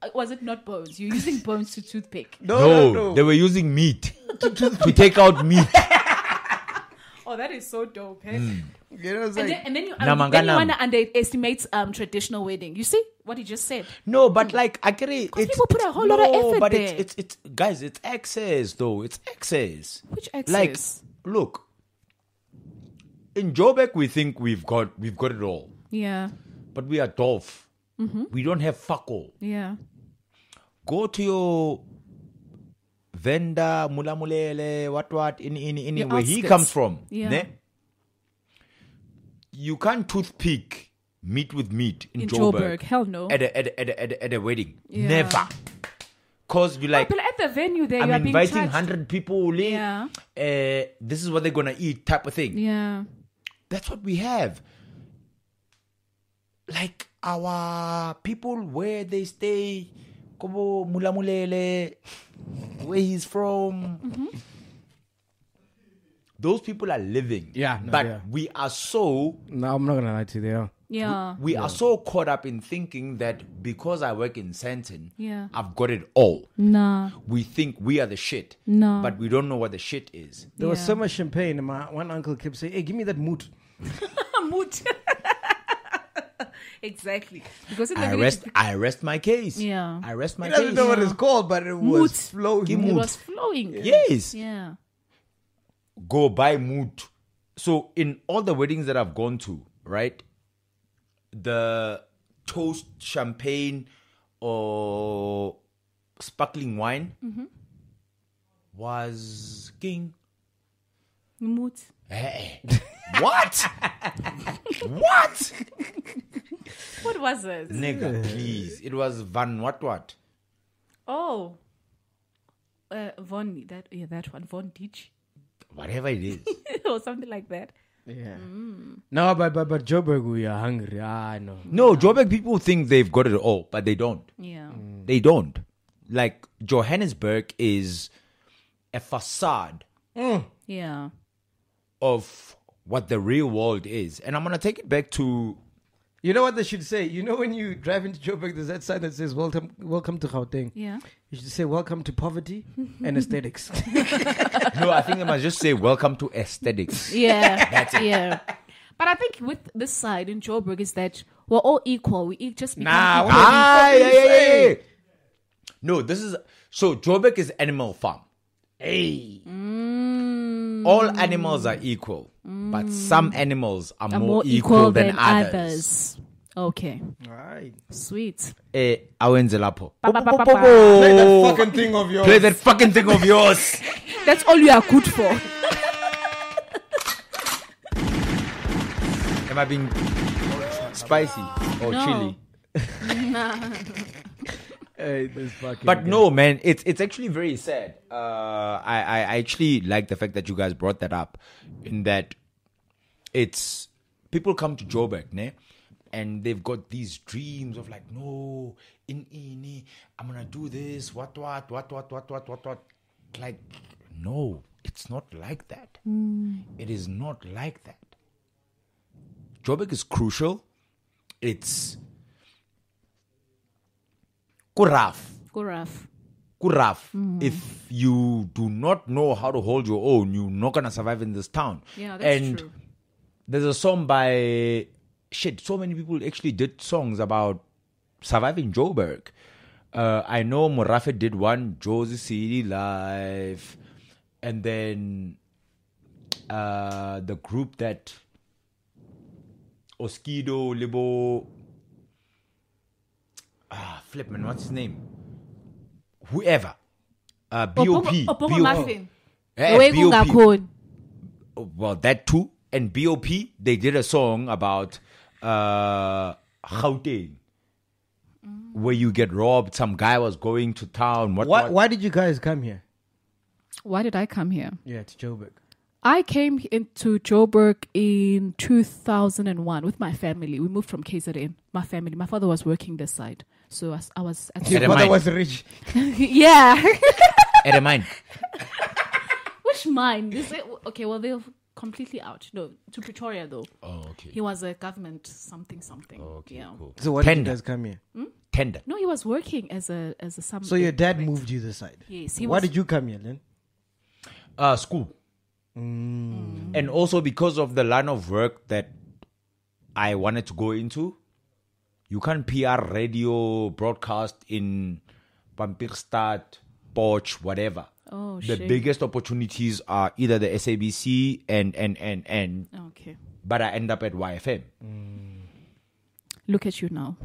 [SPEAKER 5] Uh, Was it not bones? You're using bones to toothpick.
[SPEAKER 1] No, they were using meat to take out meat.
[SPEAKER 5] Oh, that is so dope. eh?
[SPEAKER 1] Hmm.
[SPEAKER 6] You know what I'm
[SPEAKER 5] And,
[SPEAKER 6] saying?
[SPEAKER 5] then, and then you, um,
[SPEAKER 1] Namanga
[SPEAKER 5] then you
[SPEAKER 1] nam.
[SPEAKER 5] want to underestimate um, traditional wedding. You see what he just said?
[SPEAKER 1] No, but like I get it. It's,
[SPEAKER 5] people put a whole lot of effort
[SPEAKER 1] but
[SPEAKER 5] there.
[SPEAKER 1] it's it's it's guys, it's access though. It's access.
[SPEAKER 5] Which
[SPEAKER 1] Like,
[SPEAKER 5] access?
[SPEAKER 1] look, in Joburg, we think we've got we've got it all,
[SPEAKER 5] Yeah,
[SPEAKER 1] but we are dwarf.
[SPEAKER 5] Mm-hmm.
[SPEAKER 1] We don't have fuck all.
[SPEAKER 5] yeah.
[SPEAKER 1] Go to your vendor, mulamulele, what what, in in in
[SPEAKER 5] Your
[SPEAKER 1] where he
[SPEAKER 5] outskirts.
[SPEAKER 1] comes from.
[SPEAKER 5] Yeah.
[SPEAKER 1] ne? You can't toothpick meat with meat in,
[SPEAKER 5] In Joburg,
[SPEAKER 1] Joburg.
[SPEAKER 5] hell no.
[SPEAKER 1] At a, at a, at a, at a, at a wedding,
[SPEAKER 5] Yeah.
[SPEAKER 1] never. Cause you like,
[SPEAKER 5] but at the venue there,
[SPEAKER 1] I'm
[SPEAKER 5] you are being
[SPEAKER 1] inviting
[SPEAKER 5] charged.
[SPEAKER 1] hundred people. Lee.
[SPEAKER 5] Yeah.
[SPEAKER 1] Uh, this is what they're gonna eat, type of thing.
[SPEAKER 5] Yeah.
[SPEAKER 1] That's what we have. Like our people where they stay, Kobo Mulamulele, where he's from. Mm-hmm. Those people are living.
[SPEAKER 6] Yeah, no,
[SPEAKER 1] but
[SPEAKER 6] yeah.
[SPEAKER 1] we are so
[SPEAKER 6] No, I'm not gonna lie to you. They are.
[SPEAKER 5] Yeah.
[SPEAKER 1] we are so caught up in thinking that because I work in Santon,
[SPEAKER 5] Yeah.
[SPEAKER 1] I've got it all.
[SPEAKER 5] Nah.
[SPEAKER 1] We think we are the shit.
[SPEAKER 5] No.
[SPEAKER 1] But we don't know what the shit is.
[SPEAKER 6] There was
[SPEAKER 5] Yeah.
[SPEAKER 6] so much champagne, and my one uncle kept saying, "Hey, give me that moot."
[SPEAKER 5] Mood. exactly. Because in the
[SPEAKER 1] I
[SPEAKER 5] village,
[SPEAKER 1] rest I rest my case.
[SPEAKER 5] Yeah.
[SPEAKER 1] I rest my
[SPEAKER 6] I
[SPEAKER 1] case.
[SPEAKER 6] don't know what it's called, but it was flowing.
[SPEAKER 1] Give
[SPEAKER 5] it
[SPEAKER 1] mood.
[SPEAKER 5] was flowing.
[SPEAKER 1] Yes.
[SPEAKER 5] Yeah.
[SPEAKER 1] Go by mood. So in all the weddings that I've gone to, right? The toast, champagne, or sparkling wine was king.
[SPEAKER 5] Mood.
[SPEAKER 1] Eh, eh. what? what?
[SPEAKER 5] What was it?
[SPEAKER 1] Nigga, please. It was Van Wat Wat.
[SPEAKER 5] Oh. Uh, Von that yeah that one Von Ditch
[SPEAKER 1] Whatever it is.
[SPEAKER 5] or something like that.
[SPEAKER 6] Yeah. No, but but but Joburg, we are hungry. Ah, I know.
[SPEAKER 1] no, Joburg people think they've got it all, but they don't.
[SPEAKER 5] Yeah.
[SPEAKER 1] They don't. Like Johannesburg is a facade
[SPEAKER 5] Yeah.
[SPEAKER 1] of what the real world is. And I'm gonna take it back to
[SPEAKER 6] You know what they should say? You know when you drive into Joburg, there's that sign that says "Welcome, welcome to Gauteng."
[SPEAKER 5] Yeah.
[SPEAKER 6] You should say "Welcome to poverty and aesthetics."
[SPEAKER 1] No, I think I must just say welcome to aesthetics.
[SPEAKER 5] Yeah. Yeah. But I think with this side in Joburg is that we're all equal. We each just become equal.
[SPEAKER 1] ah, yeah, yeah, yeah, yeah. No, this is so Joburg is animal farm. Hey. All animals are equal, but some animals are,
[SPEAKER 5] are
[SPEAKER 1] more, equal, than, others.
[SPEAKER 5] others. Okay.
[SPEAKER 6] right.
[SPEAKER 5] Sweet.
[SPEAKER 1] Eh, awenze lapho.
[SPEAKER 5] Ba, ba, ba, ba,
[SPEAKER 6] Play that
[SPEAKER 1] Play
[SPEAKER 6] fucking thing of yours.
[SPEAKER 1] that fucking thing of yours.
[SPEAKER 5] That's all you are good for.
[SPEAKER 1] Am I being spicy or
[SPEAKER 5] No.
[SPEAKER 1] chili?
[SPEAKER 6] Hey, this fucking
[SPEAKER 1] But no, man, it's it's actually very sad. Uh, I, I I actually like the fact that you guys brought that up, in that it's people come to Joburg, ne, and they've got these dreams of like, no, in ini, I'm gonna do this, what what what what what what what what, like, no, it's not like that. It is not like that. Joburg is crucial. It's rough
[SPEAKER 5] Go rough.
[SPEAKER 1] rough.
[SPEAKER 5] Mm-hmm.
[SPEAKER 1] If you do not know how to hold your own, you're not gonna survive in this town.
[SPEAKER 5] Yeah, that's
[SPEAKER 1] and
[SPEAKER 5] true.
[SPEAKER 1] there's a song by shit. So many people actually did songs about surviving Joburg. Uh, I know Morafe did one, Josie City Live, and then uh, the group that Oskido Libo. Ah, flip man, what's his name? Whoever. Uh, BOP.
[SPEAKER 5] Obongo Muffin.
[SPEAKER 1] Eh,
[SPEAKER 5] Way
[SPEAKER 1] BOP.
[SPEAKER 5] kungakhoni.
[SPEAKER 1] Oh, Well, that too. And BOP, they did a song about uh, Gauteng. Where you get robbed, some guy was going to town. What?
[SPEAKER 6] Why,
[SPEAKER 1] what-
[SPEAKER 6] why did you guys come here?
[SPEAKER 5] Why did I come here?
[SPEAKER 6] Yeah, to Joburg.
[SPEAKER 5] I came into Joburg in 2001 with my family. We moved from KZN. My family. My father was working this side. So I, s- I was. At
[SPEAKER 1] Your
[SPEAKER 6] Your
[SPEAKER 1] Never father
[SPEAKER 6] mother
[SPEAKER 1] mind. was
[SPEAKER 6] was rich.
[SPEAKER 5] yeah.
[SPEAKER 1] At a mine.
[SPEAKER 5] Which mine? Is it, okay, well, they're completely out. No, to Pretoria, though.
[SPEAKER 1] Oh, okay.
[SPEAKER 5] He was a government something something. Okay, yeah.
[SPEAKER 1] cool.
[SPEAKER 6] So why did
[SPEAKER 1] Tender.
[SPEAKER 6] you guys come here?
[SPEAKER 1] Tender.
[SPEAKER 5] No, he was working as a as a some.
[SPEAKER 6] So your dad moved you this side.
[SPEAKER 5] Yes, he
[SPEAKER 6] why
[SPEAKER 5] was-
[SPEAKER 6] did you come here then?
[SPEAKER 1] uh, school.
[SPEAKER 5] Mm.
[SPEAKER 1] And also because of the line of work that I wanted to go into, you can't PR radio broadcast in Pampirstad, Poch, whatever.
[SPEAKER 5] Oh,
[SPEAKER 1] the
[SPEAKER 5] shit.
[SPEAKER 1] biggest opportunities are either the SABC and and and and,
[SPEAKER 5] Okay,
[SPEAKER 1] but I end up at YFM.
[SPEAKER 5] look at you now.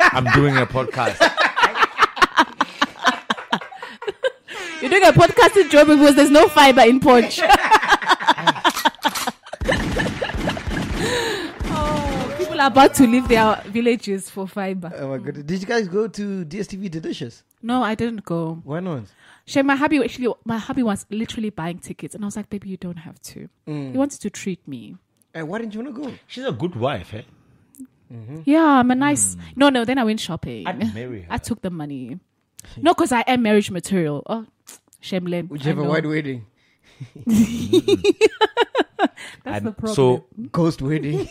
[SPEAKER 1] I'm doing a podcast.
[SPEAKER 5] You're doing a podcast in Joburg because there's no fiber in Porch. oh, people are about to leave their villages for fiber.
[SPEAKER 6] Oh my goodness. Did you guys go to DSTV Delicious?
[SPEAKER 5] No, I didn't go.
[SPEAKER 6] Why not?
[SPEAKER 5] Shame, my hubby actually, my hubby was literally buying tickets, and I was like, baby, you don't have to. He wanted to treat me.
[SPEAKER 6] Hey, why didn't you want to go?
[SPEAKER 1] She's a good wife, eh?
[SPEAKER 5] Yeah, I'm a nice. No, no. Then I went shopping.
[SPEAKER 1] I'd marry her.
[SPEAKER 5] I took the money. No, because I am marriage material. Oh, shame, lame.
[SPEAKER 6] Would you have a white wedding?
[SPEAKER 5] That's
[SPEAKER 1] And
[SPEAKER 5] the problem.
[SPEAKER 1] so
[SPEAKER 6] Ghost wedding.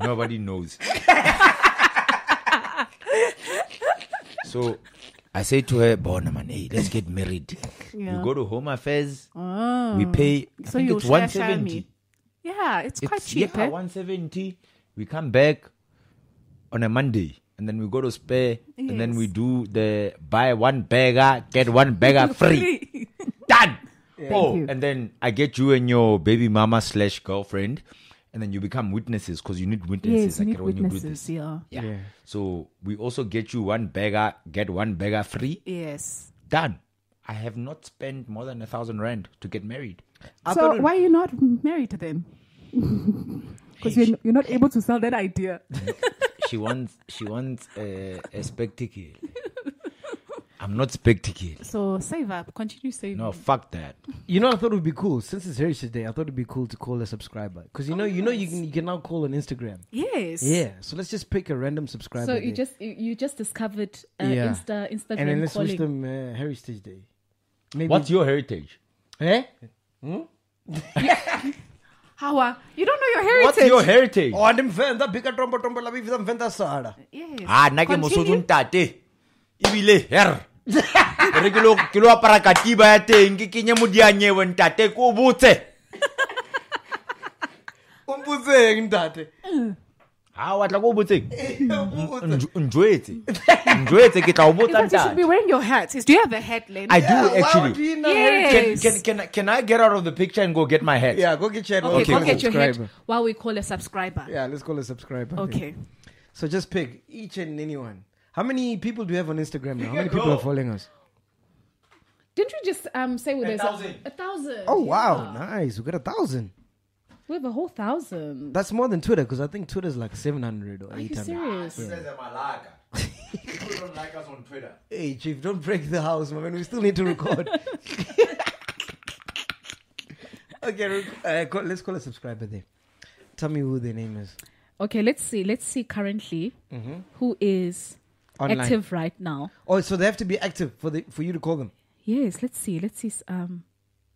[SPEAKER 1] nobody knows. so I say to her, Bona man, hey, let's get married.
[SPEAKER 5] Yeah. Oh.
[SPEAKER 1] You go to Home Affairs, we pay I
[SPEAKER 5] So
[SPEAKER 1] think
[SPEAKER 5] you
[SPEAKER 1] it's
[SPEAKER 5] share, share
[SPEAKER 1] 170.
[SPEAKER 5] me. yeah, it's, quite
[SPEAKER 1] It's-
[SPEAKER 5] cheap.
[SPEAKER 1] Yeah,
[SPEAKER 5] eh?
[SPEAKER 1] 170. We come back on a Monday. And then we go to spare, and then we
[SPEAKER 5] Yes.
[SPEAKER 1] do the buy one burger, get one burger free.
[SPEAKER 5] Free.
[SPEAKER 1] Done. Oh,
[SPEAKER 5] you.
[SPEAKER 1] and then I get you and your baby mama slash girlfriend, and then you become witnesses because you need
[SPEAKER 5] yes,
[SPEAKER 1] witnesses.
[SPEAKER 5] you
[SPEAKER 1] like
[SPEAKER 5] need
[SPEAKER 1] when you do this.
[SPEAKER 5] witnesses. Yeah.
[SPEAKER 1] Yeah. So we also get you one beggar, get one beggar free.
[SPEAKER 5] Yes.
[SPEAKER 1] Done. I have not spent more than a thousand rand to get married.
[SPEAKER 5] so why are you not married to them? Because you're, you're not able to sell that idea.
[SPEAKER 1] She wants she wants a, a spectacle. I'm not spectacle.
[SPEAKER 5] So save up. Continue saving.
[SPEAKER 1] No, fuck that.
[SPEAKER 6] You know, I thought it would be cool since it's Heritage Day. I thought it'd be cool to call a subscriber because you know, you know, you can you can now call on Instagram.
[SPEAKER 5] Yes.
[SPEAKER 6] Yeah, so let's just pick a random subscriber.
[SPEAKER 3] So you
[SPEAKER 6] day.
[SPEAKER 3] just you, you just discovered uh,
[SPEAKER 6] Yeah.
[SPEAKER 3] Insta Instagram
[SPEAKER 6] and then let's
[SPEAKER 3] calling.
[SPEAKER 6] wish them uh, Heritage Day. Maybe
[SPEAKER 1] What's your heritage?
[SPEAKER 6] eh?
[SPEAKER 5] Hawa, you don't know your heritage.
[SPEAKER 1] What's your heritage?
[SPEAKER 6] Oh, and them fans that bigger trombo trombo la bifi them fans Sahara.
[SPEAKER 5] Yes.
[SPEAKER 1] Ah, nna ke
[SPEAKER 5] Continue.
[SPEAKER 1] mosotho ntate ebile her re ke lo- ke lo apara katiba ya teng ke kenye modianyewe ntate ke o botse
[SPEAKER 6] Umbuzeng ntate.
[SPEAKER 1] a watla ko o botseng Nj- njwetse njwetse ke tla o
[SPEAKER 5] In
[SPEAKER 1] botsa
[SPEAKER 5] fact, you should be
[SPEAKER 1] ntate
[SPEAKER 5] wearing your hat. Is- Do you have a hat, Len?
[SPEAKER 1] i do actually can,
[SPEAKER 5] yes.
[SPEAKER 1] can, can, I- can i get out of the picture and go get my hat
[SPEAKER 6] Yeah, go get your
[SPEAKER 5] okay,
[SPEAKER 1] Okay,
[SPEAKER 5] go
[SPEAKER 1] cool.
[SPEAKER 5] get your hat
[SPEAKER 6] subscriber.
[SPEAKER 5] while we call a subscriber.
[SPEAKER 6] Yeah, let's call a subscriber.
[SPEAKER 5] Okay.
[SPEAKER 6] So just pick each and anyone. How many people do you have on Instagram now? How many people are following us?
[SPEAKER 3] Didn't you just um say well, there's a
[SPEAKER 1] thousand.
[SPEAKER 3] a thousand?
[SPEAKER 6] Oh wow,
[SPEAKER 3] yeah.
[SPEAKER 6] nice. We got a thousand.
[SPEAKER 3] We have a whole thousand.
[SPEAKER 6] That's more than Twitter because I think Twitter's like seven hundred or
[SPEAKER 3] Are
[SPEAKER 6] eight
[SPEAKER 3] you
[SPEAKER 6] hundred.
[SPEAKER 3] serious?
[SPEAKER 6] Hey Chief, don't break the house, my man. We still need to record. okay, rec- uh, call, let's call a subscriber there. Tell me who their name is.
[SPEAKER 3] Okay, let's see. Let's see currently who is
[SPEAKER 6] Mm-hmm. Online.
[SPEAKER 3] active right now.
[SPEAKER 6] Oh, so they have to be active for the for you to call them.
[SPEAKER 3] Yes, let's see. Let's see. s- Um,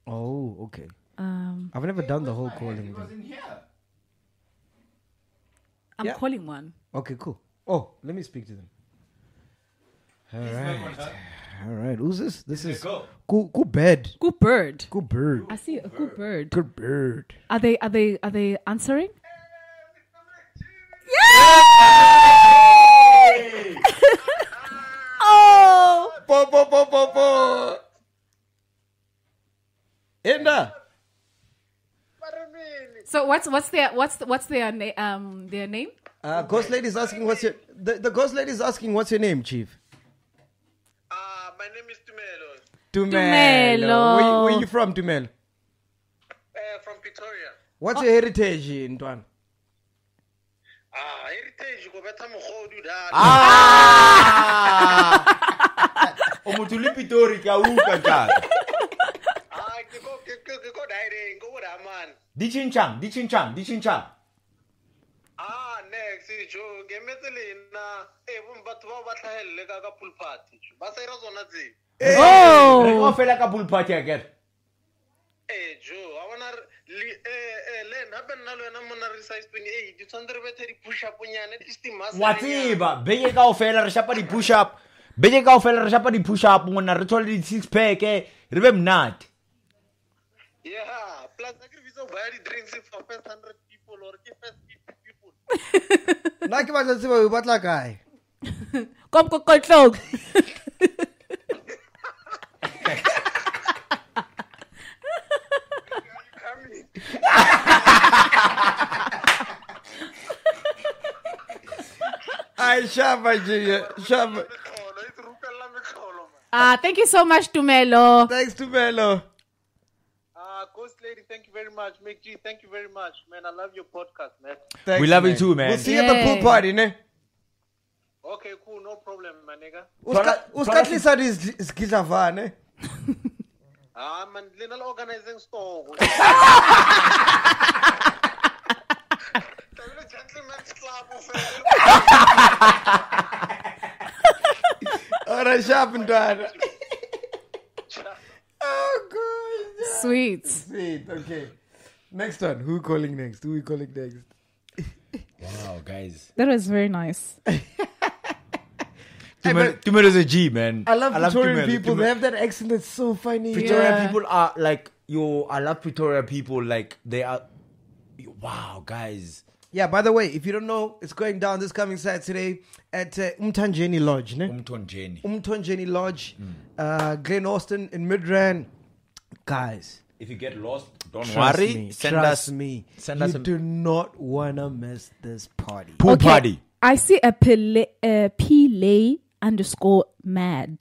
[SPEAKER 6] Oh, okay. Um, I've never done the whole calling. Thing.
[SPEAKER 5] I'm
[SPEAKER 6] Yeah.
[SPEAKER 5] calling one.
[SPEAKER 6] Okay, cool. Oh, let me speak to them. All right, all right. Who's this? This is good. Good bird.
[SPEAKER 5] Good bird.
[SPEAKER 6] Good bird.
[SPEAKER 3] I see a good bird.
[SPEAKER 6] Good bird.
[SPEAKER 5] Are they are they are they answering? Oh
[SPEAKER 6] Po po po po po. Enda.
[SPEAKER 5] so what's what's their what's the, what's their na- um their name?
[SPEAKER 6] Uh, ghost lady is asking what's your the, the ghost lady is asking what's your name, Chief.
[SPEAKER 7] Uh, my name is Tumelo,
[SPEAKER 6] Tumelo.
[SPEAKER 5] Tumelo.
[SPEAKER 6] Where, you- where you from, Tumelo?
[SPEAKER 7] uh, from Pretoria.
[SPEAKER 6] What's your heritage, Ntwan?
[SPEAKER 7] Ah, heritage go betha mogodu da.
[SPEAKER 1] o motho le pitori ka uka tate
[SPEAKER 7] Ah, ke go ke go ke go direng go ra man.
[SPEAKER 1] di chintšhang di chintšhang di chintšhang
[SPEAKER 7] Ah, next jo ke metsele na e bo batho ba ba tlhahelle ka ka pool party. jo. Ba sa ira tsona tse.
[SPEAKER 6] Oh.
[SPEAKER 1] Re
[SPEAKER 5] Oh.
[SPEAKER 1] o fela ka pool party akere
[SPEAKER 7] Eh jo, a bona re le eh eh len hape nna le wena mona eh, re size 28 di tsondre bethe di push up nyane at least muscle.
[SPEAKER 1] wa tseba beke kao fela e re shapa di-push up beke kao fela re shapa di-push up ngwana re thole di-six pack eh, re be mnate
[SPEAKER 7] Yeah, plus a ke bitsa buy di drinks for first 100 people or ke first 50 people.
[SPEAKER 6] Na ke batla tseba o batla kae?
[SPEAKER 5] Kom kom kom tlog.
[SPEAKER 7] Coming.
[SPEAKER 6] Ai shapa Junior. Shapa.
[SPEAKER 7] Mekholo, e rupella mekholo. man.
[SPEAKER 5] Ah, thank you so much, Tumelo.
[SPEAKER 6] Thanks Tumelo.
[SPEAKER 7] Uh, Ghost Lady, thank you very much. Mick G, thank you very much, man. I love your podcast, man.
[SPEAKER 6] Thanks,
[SPEAKER 1] We love you too, man.
[SPEAKER 6] We'll see you at the pool
[SPEAKER 5] Yay.
[SPEAKER 6] party, ne?
[SPEAKER 8] Okay, cool, no problem, my nigga.
[SPEAKER 6] Uska- uskatlisa dis- isigidlavane
[SPEAKER 8] Ah, man, lena la organizing store. Tabela gentleman's club ufela.
[SPEAKER 6] ora shap ntwana
[SPEAKER 5] Sweet.
[SPEAKER 6] Sweet, Oh, okay next one who calling next who we calling next
[SPEAKER 1] Wow, Oh, guys.
[SPEAKER 5] That was very nice.
[SPEAKER 6] but-
[SPEAKER 1] Tumelo is a G, man.
[SPEAKER 6] i love
[SPEAKER 1] Tumelo.
[SPEAKER 6] victorian people they
[SPEAKER 1] Tumelo-
[SPEAKER 6] have that accent that's so funny
[SPEAKER 1] Pretoria
[SPEAKER 5] Yeah.
[SPEAKER 1] people are like, yo, I love Pretoria people. Like, they are, wow, guys.
[SPEAKER 6] yeah by the way if you don't know it's going down this coming saturday at uh, umtanjeni lodge ne?
[SPEAKER 1] Umtonjeni.
[SPEAKER 6] umtonjeni lodge uh, glen austin in midrand guys
[SPEAKER 1] If you get lost, don't
[SPEAKER 6] Trust
[SPEAKER 1] worry.
[SPEAKER 6] me.
[SPEAKER 1] Send
[SPEAKER 6] trust
[SPEAKER 1] us
[SPEAKER 6] me.
[SPEAKER 1] Send
[SPEAKER 6] you
[SPEAKER 1] us a
[SPEAKER 6] do not wanna miss this party.
[SPEAKER 1] pool
[SPEAKER 5] Okay,
[SPEAKER 1] party.
[SPEAKER 5] I see a Pele, uh, Pele underscore mad.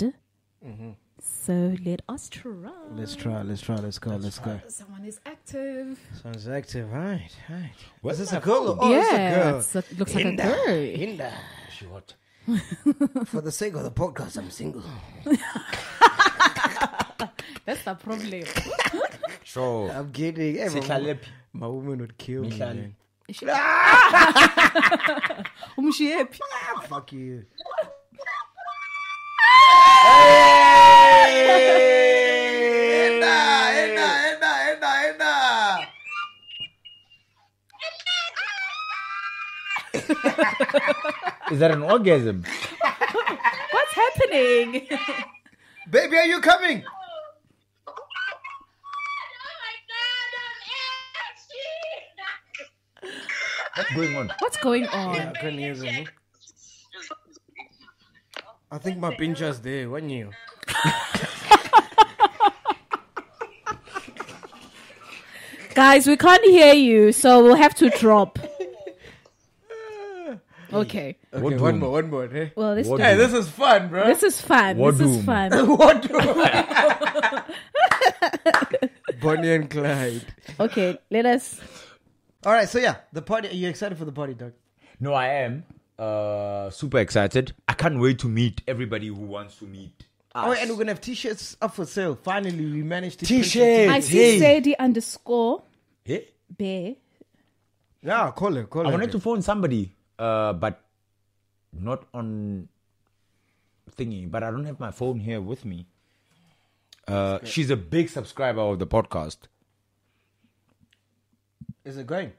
[SPEAKER 6] Mm-hmm.
[SPEAKER 5] So let us try.
[SPEAKER 6] Let's try. Let's try. Let's go. let's go.
[SPEAKER 5] Someone is active.
[SPEAKER 6] Sounds active. Right. Right.
[SPEAKER 1] Where's
[SPEAKER 6] Is this
[SPEAKER 1] my
[SPEAKER 6] a girl?
[SPEAKER 1] phone?
[SPEAKER 6] Oh,
[SPEAKER 5] yeah,
[SPEAKER 6] it's a
[SPEAKER 5] it's- it looks like a
[SPEAKER 6] Hinda. girl.
[SPEAKER 5] girl.
[SPEAKER 6] Hinda.
[SPEAKER 1] She what?
[SPEAKER 6] For the sake of the podcast, I'm single.
[SPEAKER 5] That's the problem.
[SPEAKER 1] Sure.
[SPEAKER 6] I'm kidding. Hey, my,
[SPEAKER 1] Sihlale
[SPEAKER 6] woman,
[SPEAKER 1] phi?
[SPEAKER 6] my woman would kill me.
[SPEAKER 1] Sihlale.
[SPEAKER 6] man.
[SPEAKER 5] Umshiyephi?
[SPEAKER 6] Ah, fuck you. Hinda, Hinda, Hinda, Hinda, Hinda.
[SPEAKER 1] Is that an orgasm?
[SPEAKER 5] What's happening?
[SPEAKER 6] Baby, are you coming?
[SPEAKER 1] What's going on?
[SPEAKER 5] What's going on?
[SPEAKER 6] I couldn't hear them. I think my pincher's there, wasn't you?
[SPEAKER 5] Guys, we can't hear you, so we'll have to drop. Okay.
[SPEAKER 6] Okay,
[SPEAKER 1] What
[SPEAKER 6] one
[SPEAKER 1] room?
[SPEAKER 6] more, one more. Hey,
[SPEAKER 5] Well, this
[SPEAKER 1] What
[SPEAKER 6] hey this is fun, bro.
[SPEAKER 5] this is fun. This is
[SPEAKER 1] Wadum.
[SPEAKER 5] fun.
[SPEAKER 6] what room? Bonnie and Clyde.
[SPEAKER 5] Okay, let us.
[SPEAKER 6] All right, so yeah, the party. Are you excited for the party, Doug?
[SPEAKER 1] No, I am uh, super excited. I can't wait to meet everybody who wants to meet.
[SPEAKER 6] Oh, and we're gonna have t-shirts up for sale. Finally, we managed to.
[SPEAKER 1] T-shirts.
[SPEAKER 5] I see
[SPEAKER 1] Hey.
[SPEAKER 5] Sadie underscore
[SPEAKER 1] Hey,
[SPEAKER 5] bear.
[SPEAKER 6] Yeah, call it, call
[SPEAKER 1] I
[SPEAKER 6] it.
[SPEAKER 1] wanted to phone somebody, uh, but not on thingy. But I don't have my phone here with me. Uh, she's a big subscriber of the podcast.
[SPEAKER 6] Is it going?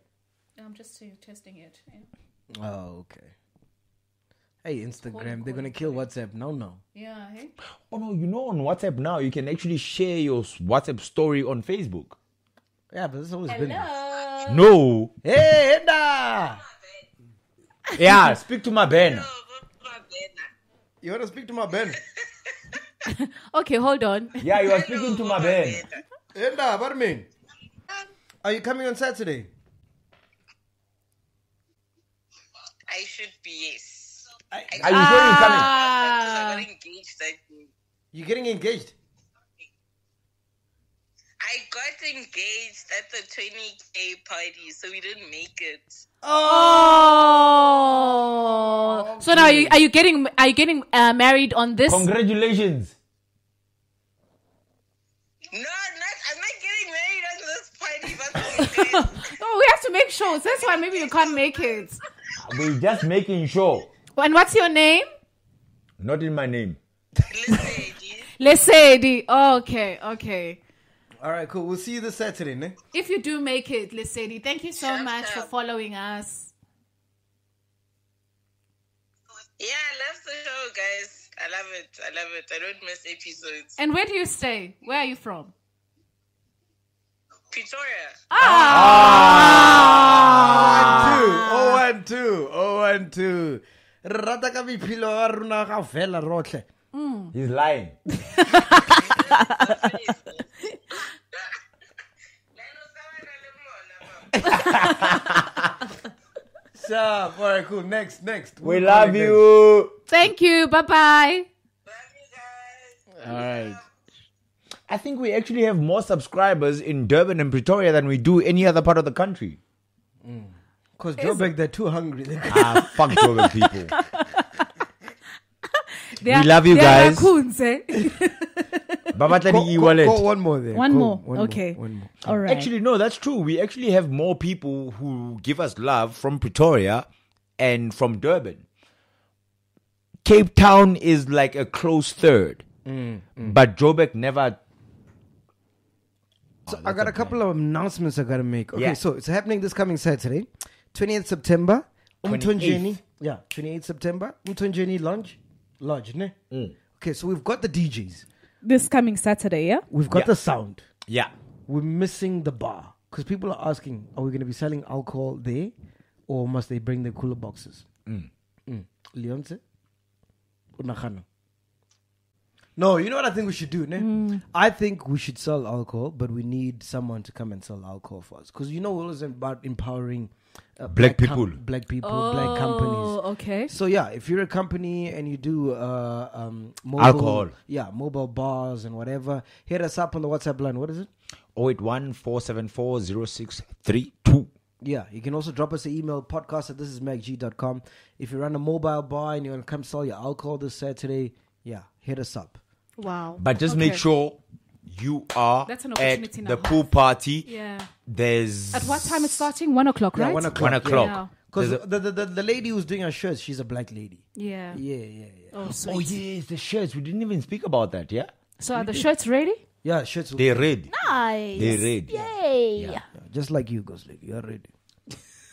[SPEAKER 5] I'm just testing it.
[SPEAKER 6] Oh, okay. Hey, Instagram. They're gonna kill WhatsApp. No, no.
[SPEAKER 5] Yeah, hey.
[SPEAKER 1] Oh no, you know on WhatsApp now you can actually share your s- WhatsApp story on Facebook.
[SPEAKER 6] Yeah, but it's always been.
[SPEAKER 1] No,
[SPEAKER 6] Hey, Enda.
[SPEAKER 1] yeah, speak to my Ben.
[SPEAKER 6] You wanna speak to my Ben?
[SPEAKER 5] Okay, hold on.
[SPEAKER 1] Yeah, you are speaking to my Ben.
[SPEAKER 6] Enda, what do you mean?
[SPEAKER 5] Um,
[SPEAKER 6] Are you coming on Saturday?
[SPEAKER 7] I should be yes.
[SPEAKER 1] Are you sure you're
[SPEAKER 5] Ah.
[SPEAKER 1] coming?
[SPEAKER 7] I got engaged that day.
[SPEAKER 6] You're getting engaged.
[SPEAKER 7] I got engaged at the 20k party, so we didn't make it.
[SPEAKER 5] Oh. So now you, are you getting are you getting uh, married on this?
[SPEAKER 1] Congratulations.
[SPEAKER 7] No, I'm not, I'm not getting married on this party. But
[SPEAKER 5] oh, we have to make sure. That's why maybe you can't make it.
[SPEAKER 1] We're just making sure.
[SPEAKER 5] And what's your name?
[SPEAKER 1] Not in my name.
[SPEAKER 7] listen, you-
[SPEAKER 5] Lesedi. Oh, Okay, okay.
[SPEAKER 6] All right, cool. We'll see you this Saturday, ne?
[SPEAKER 5] If you do make it, Lesedi, thank you so
[SPEAKER 7] Sure,
[SPEAKER 5] much
[SPEAKER 7] sure.
[SPEAKER 5] for following us.
[SPEAKER 7] yeah, I love the show, guys. I love it. I love it. I don't miss episodes.
[SPEAKER 5] And where do you stay? Where are you from?
[SPEAKER 7] Pretoria.
[SPEAKER 5] Ah.
[SPEAKER 6] Oh, one, two. Oh, one, two. rata ka miphilo ya rona ga fela rotlhe
[SPEAKER 1] He's lying.
[SPEAKER 6] sharp all right cool next next
[SPEAKER 1] We love you.
[SPEAKER 5] Thank you. Bye bye.
[SPEAKER 7] Love you guys.
[SPEAKER 6] all right
[SPEAKER 1] I think we actually have more subscribers in Durban and Pretoria than we do any other part of the country.
[SPEAKER 6] because joburg they're too hungry
[SPEAKER 1] Ah, fuck Durban people.
[SPEAKER 9] They are-
[SPEAKER 1] love you
[SPEAKER 9] they are
[SPEAKER 1] guys.
[SPEAKER 9] raccoons, eh?
[SPEAKER 1] Ba batla
[SPEAKER 6] Go-
[SPEAKER 1] di-e-wallet.
[SPEAKER 6] go- go one more there.
[SPEAKER 5] One
[SPEAKER 6] Go,
[SPEAKER 5] more.
[SPEAKER 6] one
[SPEAKER 5] okay.
[SPEAKER 6] One more.
[SPEAKER 5] All right.
[SPEAKER 1] Actually, no, that's true. We actually have more people who give us love from Pretoria and from Durban. Cape Town is like a close third, Mm, but Joburg never.
[SPEAKER 6] So I got a couple of announcements I gotta make. Okay,
[SPEAKER 1] Yeah.
[SPEAKER 6] so it's happening this coming Saturday, 28th September.
[SPEAKER 1] 28th.
[SPEAKER 6] Umthonjeni. Yeah, 28th September. Umthonjeni Lodge. Lodge, ne?
[SPEAKER 1] Mm.
[SPEAKER 6] Okay, so we've got the DJs.
[SPEAKER 5] This coming Saturday, yeah?
[SPEAKER 6] We've got
[SPEAKER 1] Yeah.
[SPEAKER 6] the sound.
[SPEAKER 1] Yeah,
[SPEAKER 6] We're missing the bar. Because people are asking, are we going to be selling alcohol there or must they bring their cooler boxes? Mm. Leonce? Unakana. No, you know what I think we should do, ne? I think we should sell alcohol, but we need someone to come and sell alcohol for us. Because you know, we're always about empowering uh,
[SPEAKER 1] Black
[SPEAKER 6] com-
[SPEAKER 1] people.
[SPEAKER 6] black people, black companies.
[SPEAKER 5] Oh, okay.
[SPEAKER 6] So yeah, if you're a company and you do uh, um, mobile,
[SPEAKER 1] Alcohol.
[SPEAKER 6] yeah, mobile bars and whatever, hit us up on the WhatsApp line. What is it?
[SPEAKER 1] oh eight one four seven four zero six three two.
[SPEAKER 6] Yeah, you can also drop us an email, podcast at thisismagg.com. If you run a mobile bar and you want to come sell your alcohol this Saturday, yeah, hit us up.
[SPEAKER 9] wow.
[SPEAKER 1] But just make
[SPEAKER 9] Okay.
[SPEAKER 1] sure you are
[SPEAKER 9] That's an
[SPEAKER 1] at
[SPEAKER 9] opportunity
[SPEAKER 1] the
[SPEAKER 9] now.
[SPEAKER 1] pool party.
[SPEAKER 9] Yeah.
[SPEAKER 1] There's
[SPEAKER 9] At what time it's starting? One o'clock,
[SPEAKER 6] Yeah,
[SPEAKER 9] right?
[SPEAKER 6] one
[SPEAKER 1] one
[SPEAKER 6] o'clock.
[SPEAKER 1] o'clock.
[SPEAKER 9] Yeah.
[SPEAKER 6] Because
[SPEAKER 1] There's a-
[SPEAKER 6] the, the, the, the lady who's doing our shirts, she's a black lady.
[SPEAKER 9] Yeah.
[SPEAKER 6] Yeah, yeah, yeah.
[SPEAKER 9] Oh, sweet.
[SPEAKER 1] Oh yes, the shirts. We didn't even speak about that. Yeah,
[SPEAKER 9] So are the shirts ready?
[SPEAKER 6] Yeah, shirts. will-
[SPEAKER 1] they're ready.
[SPEAKER 5] Nice.
[SPEAKER 1] They're ready.
[SPEAKER 5] Yay.
[SPEAKER 6] yeah, just like you, Ghost Lady. You're ready.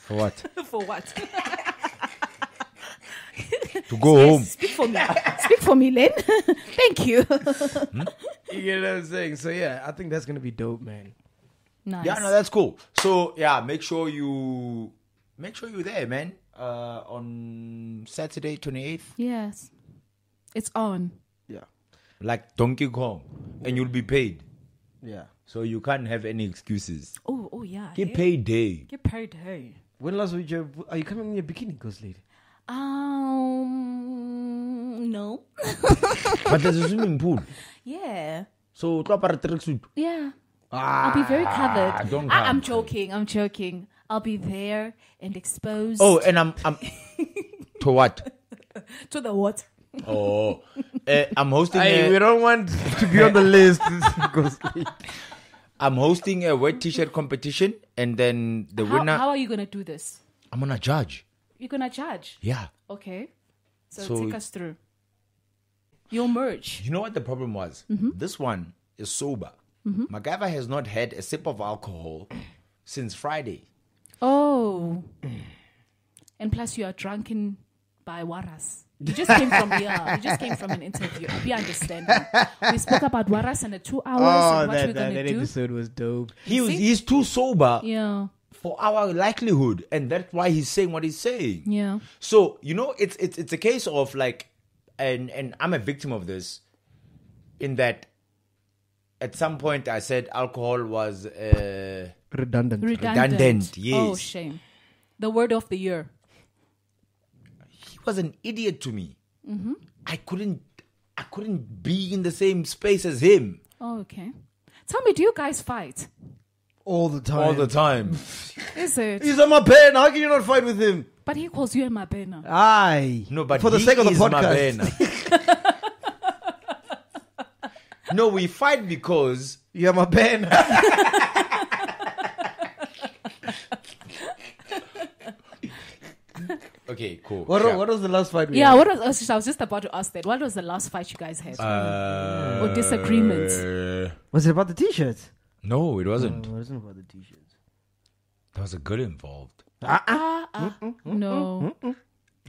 [SPEAKER 1] For what?
[SPEAKER 9] For what?
[SPEAKER 1] to go home.
[SPEAKER 5] Speak for me. Speak for me, Len. Thank you.
[SPEAKER 6] You get what I'm saying? So, yeah, I think that's going to be dope, man.
[SPEAKER 5] nice.
[SPEAKER 1] Yeah, no, that's cool. So yeah, make sure you make sure you're there, man. Uh, on Saturday, twenty eighth,
[SPEAKER 9] yes. It's on.
[SPEAKER 6] Yeah,
[SPEAKER 1] like Donkey Kong, and you'll be paid,
[SPEAKER 6] yeah.
[SPEAKER 1] so you can't have any excuses.
[SPEAKER 9] Oh, oh yeah.
[SPEAKER 1] Get paid day.
[SPEAKER 9] Get paid, hey.
[SPEAKER 6] When last were you, are you coming in your bikini, Ghost Lady?
[SPEAKER 5] Um, no.
[SPEAKER 1] but there's a swimming pool,
[SPEAKER 5] Yeah.
[SPEAKER 1] so drop our tracksuit.
[SPEAKER 5] Yeah.
[SPEAKER 1] Ah.
[SPEAKER 5] I'll be
[SPEAKER 9] Ah,
[SPEAKER 5] very covered.
[SPEAKER 1] don't
[SPEAKER 5] I, I'm
[SPEAKER 1] count.
[SPEAKER 5] joking. I'm joking. I'll be there and exposed
[SPEAKER 1] Oh, and I'm I'm to what?
[SPEAKER 5] to the water.
[SPEAKER 1] Oh, uh, I'm hosting. a-
[SPEAKER 6] don't want to be on the list, Ghost Lady.
[SPEAKER 1] I'm hosting a wet t-shirt competition, and then the
[SPEAKER 5] How,
[SPEAKER 1] winner.
[SPEAKER 5] how are you gonna do this?
[SPEAKER 1] I'm gonna judge.
[SPEAKER 5] You're gonna judge.
[SPEAKER 1] Yeah.
[SPEAKER 5] Okay. So,
[SPEAKER 1] So
[SPEAKER 5] take
[SPEAKER 1] it-
[SPEAKER 5] us through. Your merch.
[SPEAKER 1] You know what the problem was?
[SPEAKER 5] Mm-hmm.
[SPEAKER 1] This one is sober. MacGyver has not had a sip of alcohol since Friday.
[SPEAKER 5] Oh. and plus you are drunken by waras. You just came from yeah, you just came from an interview. We understand. We spoke about waras in the two hours
[SPEAKER 6] Oh,
[SPEAKER 1] Oh,
[SPEAKER 5] and what we're gonna do.
[SPEAKER 6] was dope.
[SPEAKER 1] He was,
[SPEAKER 5] see?
[SPEAKER 1] he's too sober
[SPEAKER 5] Yeah.
[SPEAKER 1] for our likelihood, and that's why he's saying what he's saying.
[SPEAKER 5] Yeah.
[SPEAKER 1] So you know, it's it's it's a case of like, and and I'm a victim of this, in that, at some point I said alcohol was uh,
[SPEAKER 6] Redundant.
[SPEAKER 5] Redundant.
[SPEAKER 1] Redundant,
[SPEAKER 5] Oh
[SPEAKER 1] yes.
[SPEAKER 5] shame. The word of the year.
[SPEAKER 1] he was an idiot to me. I couldn't I couldn't be in the same space as him
[SPEAKER 5] Oh, okay. Tell me, do you guys fight?
[SPEAKER 6] all the time.
[SPEAKER 1] all the time.
[SPEAKER 5] Is it?
[SPEAKER 6] He's on my pen. How can you not fight with him?
[SPEAKER 5] But he calls you a mabena.
[SPEAKER 6] Aye.
[SPEAKER 1] No, but
[SPEAKER 6] for the
[SPEAKER 1] he
[SPEAKER 6] sake of the
[SPEAKER 1] is my
[SPEAKER 6] podcast,
[SPEAKER 1] banner. no, we fight because
[SPEAKER 6] you're my pen.
[SPEAKER 1] okay, cool.
[SPEAKER 6] what,
[SPEAKER 1] sure.
[SPEAKER 6] what was the last fight? We
[SPEAKER 5] Yeah,
[SPEAKER 6] Had?
[SPEAKER 5] what was, I was just about to ask that. What was the last fight you guys had? or disagreements?
[SPEAKER 1] Uh,
[SPEAKER 6] Was it about the t-shirts?
[SPEAKER 1] no, it wasn't.
[SPEAKER 6] No, it wasn't about the t-shirts.
[SPEAKER 1] There was a girl involved.
[SPEAKER 5] No.
[SPEAKER 1] Uh-uh.
[SPEAKER 5] No.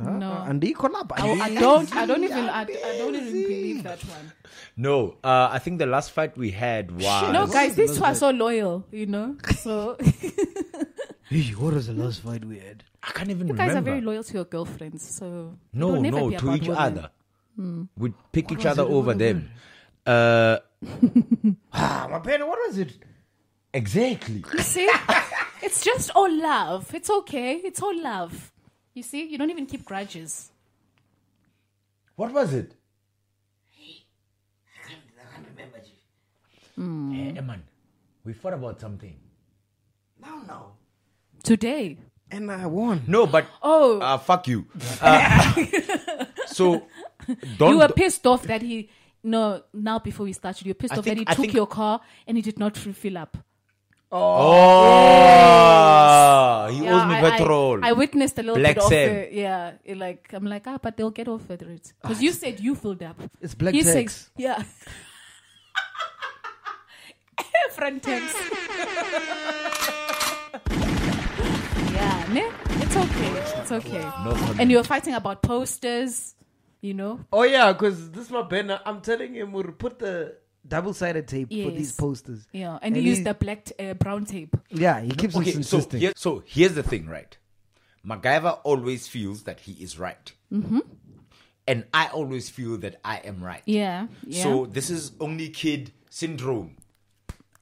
[SPEAKER 6] And he collab.
[SPEAKER 5] I, I don't I don't even I, I don't even believe that one.
[SPEAKER 1] No, uh, I think the last fight we had was
[SPEAKER 5] No guys, these two are so loyal, you know? So
[SPEAKER 6] Hey, what was the last fight we had?
[SPEAKER 1] I can't even
[SPEAKER 5] you guys
[SPEAKER 1] remember.
[SPEAKER 5] are very loyal to your girlfriends, so it
[SPEAKER 1] no,
[SPEAKER 5] will never
[SPEAKER 1] no,
[SPEAKER 5] be
[SPEAKER 1] to
[SPEAKER 5] about Hmm.
[SPEAKER 1] each
[SPEAKER 5] women.
[SPEAKER 1] other. We'd pick each other over them. Uh,
[SPEAKER 6] Ah, my pen. What was it?
[SPEAKER 1] exactly.
[SPEAKER 5] You see? it's just all love. It's okay. It's all love. You see? You don't even keep grudges.
[SPEAKER 1] What was it?
[SPEAKER 5] Hmm.
[SPEAKER 1] Eh, eh, man, we fought about something.
[SPEAKER 6] No, no.
[SPEAKER 5] Today.
[SPEAKER 6] And I won.
[SPEAKER 1] No, but
[SPEAKER 5] Oh,
[SPEAKER 1] uh, fuck you. Uh, so Don't-
[SPEAKER 5] you were pissed off that he. No, now before we started, you were pissed
[SPEAKER 1] I
[SPEAKER 5] off
[SPEAKER 1] think-
[SPEAKER 5] that he
[SPEAKER 1] I
[SPEAKER 5] took
[SPEAKER 1] think-
[SPEAKER 5] your car and he did not refill up.
[SPEAKER 1] Oh, he owes me
[SPEAKER 5] I- I-
[SPEAKER 1] petrol.
[SPEAKER 5] I, witnessed a little
[SPEAKER 1] Black
[SPEAKER 5] bit of
[SPEAKER 1] Sam.
[SPEAKER 5] the, yeah, it like I'm like ah, but they'll get off with it
[SPEAKER 1] Ah,
[SPEAKER 5] because you said you filled up.
[SPEAKER 6] It's black
[SPEAKER 5] He
[SPEAKER 6] tax.
[SPEAKER 5] says- yeah. Front tax. yeah, ne? It's okay. It's okay.
[SPEAKER 1] No comment.
[SPEAKER 5] And you were fighting about posters, you know?
[SPEAKER 6] Oh yeah, because this is my banner. I'm telling him we'll put the double-sided tape for these
[SPEAKER 5] Yes.
[SPEAKER 6] posters.
[SPEAKER 5] Yeah, and,
[SPEAKER 6] And
[SPEAKER 5] you
[SPEAKER 6] he-
[SPEAKER 5] used the black t- uh, brown tape.
[SPEAKER 6] Yeah, he keeps
[SPEAKER 1] okay,
[SPEAKER 6] on
[SPEAKER 1] so,
[SPEAKER 6] insisting.
[SPEAKER 1] here- so here's the thing, right? MacGyver always feels that he is right. Mm-hmm. And I always feel that I am right.
[SPEAKER 5] Yeah, yeah.
[SPEAKER 1] So this is only kid syndrome.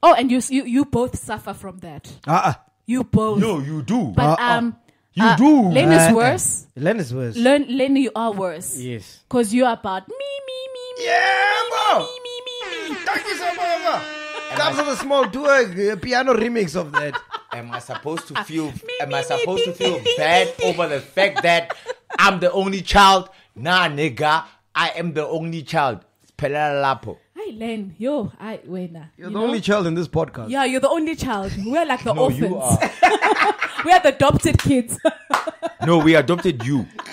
[SPEAKER 5] oh, and you, s- you you both suffer from that.
[SPEAKER 6] Uh-uh.
[SPEAKER 5] You both.
[SPEAKER 1] No, Ah, you do.
[SPEAKER 5] But um,
[SPEAKER 6] You do.
[SPEAKER 5] Len
[SPEAKER 6] Uh-uh.
[SPEAKER 5] is worse.
[SPEAKER 6] Len is worse.
[SPEAKER 5] Learn, Len, you are worse.
[SPEAKER 6] yes.
[SPEAKER 5] Cause you're about me, me, me, me,
[SPEAKER 6] Yeah, bro.
[SPEAKER 5] me, me, me, me.
[SPEAKER 6] Thank you so much, bro. Comes with a small do a, a piano remix of that.
[SPEAKER 1] am I supposed to feel am I supposed to feel bad over the fact that I'm the only child? Nah nigga, I am the only child. Pelala lapo.
[SPEAKER 5] Hi, Len. Yo, I wena.
[SPEAKER 6] You're
[SPEAKER 5] you
[SPEAKER 6] the
[SPEAKER 5] know?
[SPEAKER 6] only child in this podcast.
[SPEAKER 5] Yeah, you're the only child. We're like the
[SPEAKER 1] No,
[SPEAKER 5] orphans.
[SPEAKER 1] you are.
[SPEAKER 5] we are the adopted kids.
[SPEAKER 1] No, we adopted you. I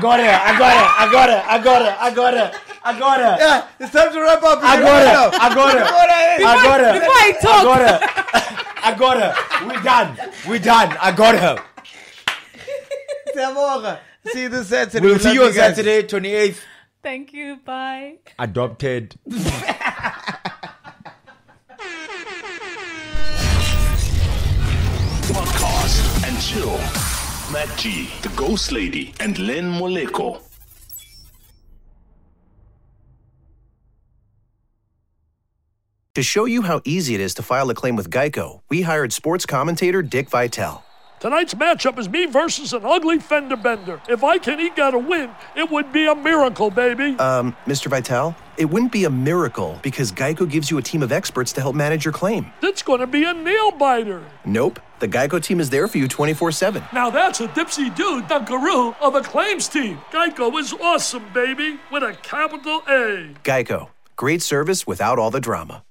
[SPEAKER 1] got her, I got her, I got her, I got her, I got her, I got her.
[SPEAKER 6] Yeah, it's time to wrap up.
[SPEAKER 1] I got her, I got her, I got her.
[SPEAKER 5] Before I
[SPEAKER 1] I
[SPEAKER 5] talk,
[SPEAKER 1] got her. I got her. We done. We done. I got her.
[SPEAKER 6] See you this Saturday.
[SPEAKER 1] We'll
[SPEAKER 6] We
[SPEAKER 1] see
[SPEAKER 6] love
[SPEAKER 1] you on
[SPEAKER 6] guys.
[SPEAKER 1] Saturday, 28th.
[SPEAKER 5] thank you. Bye.
[SPEAKER 1] Adopted.
[SPEAKER 10] Podcast and chill. Matt G, the Ghost Lady, and Len Moleko.
[SPEAKER 11] To show you how easy it is to file a claim with Geico, we hired sports commentator Dick Vitale.
[SPEAKER 4] Tonight's matchup is me versus an ugly fender bender. If I can eke out a win, it would be a miracle, baby.
[SPEAKER 11] Um, Mr. Vitale, it wouldn't be a miracle because Geico gives you a team of experts to help manage your claim.
[SPEAKER 4] That's going to be a nail biter.
[SPEAKER 11] Nope, the Geico team is there for you 24 7.
[SPEAKER 4] Now that's a dipsy dude, Dunkaroo of a claims team. Geico is awesome, baby, with a capital A.
[SPEAKER 11] Geico, great service without all the drama.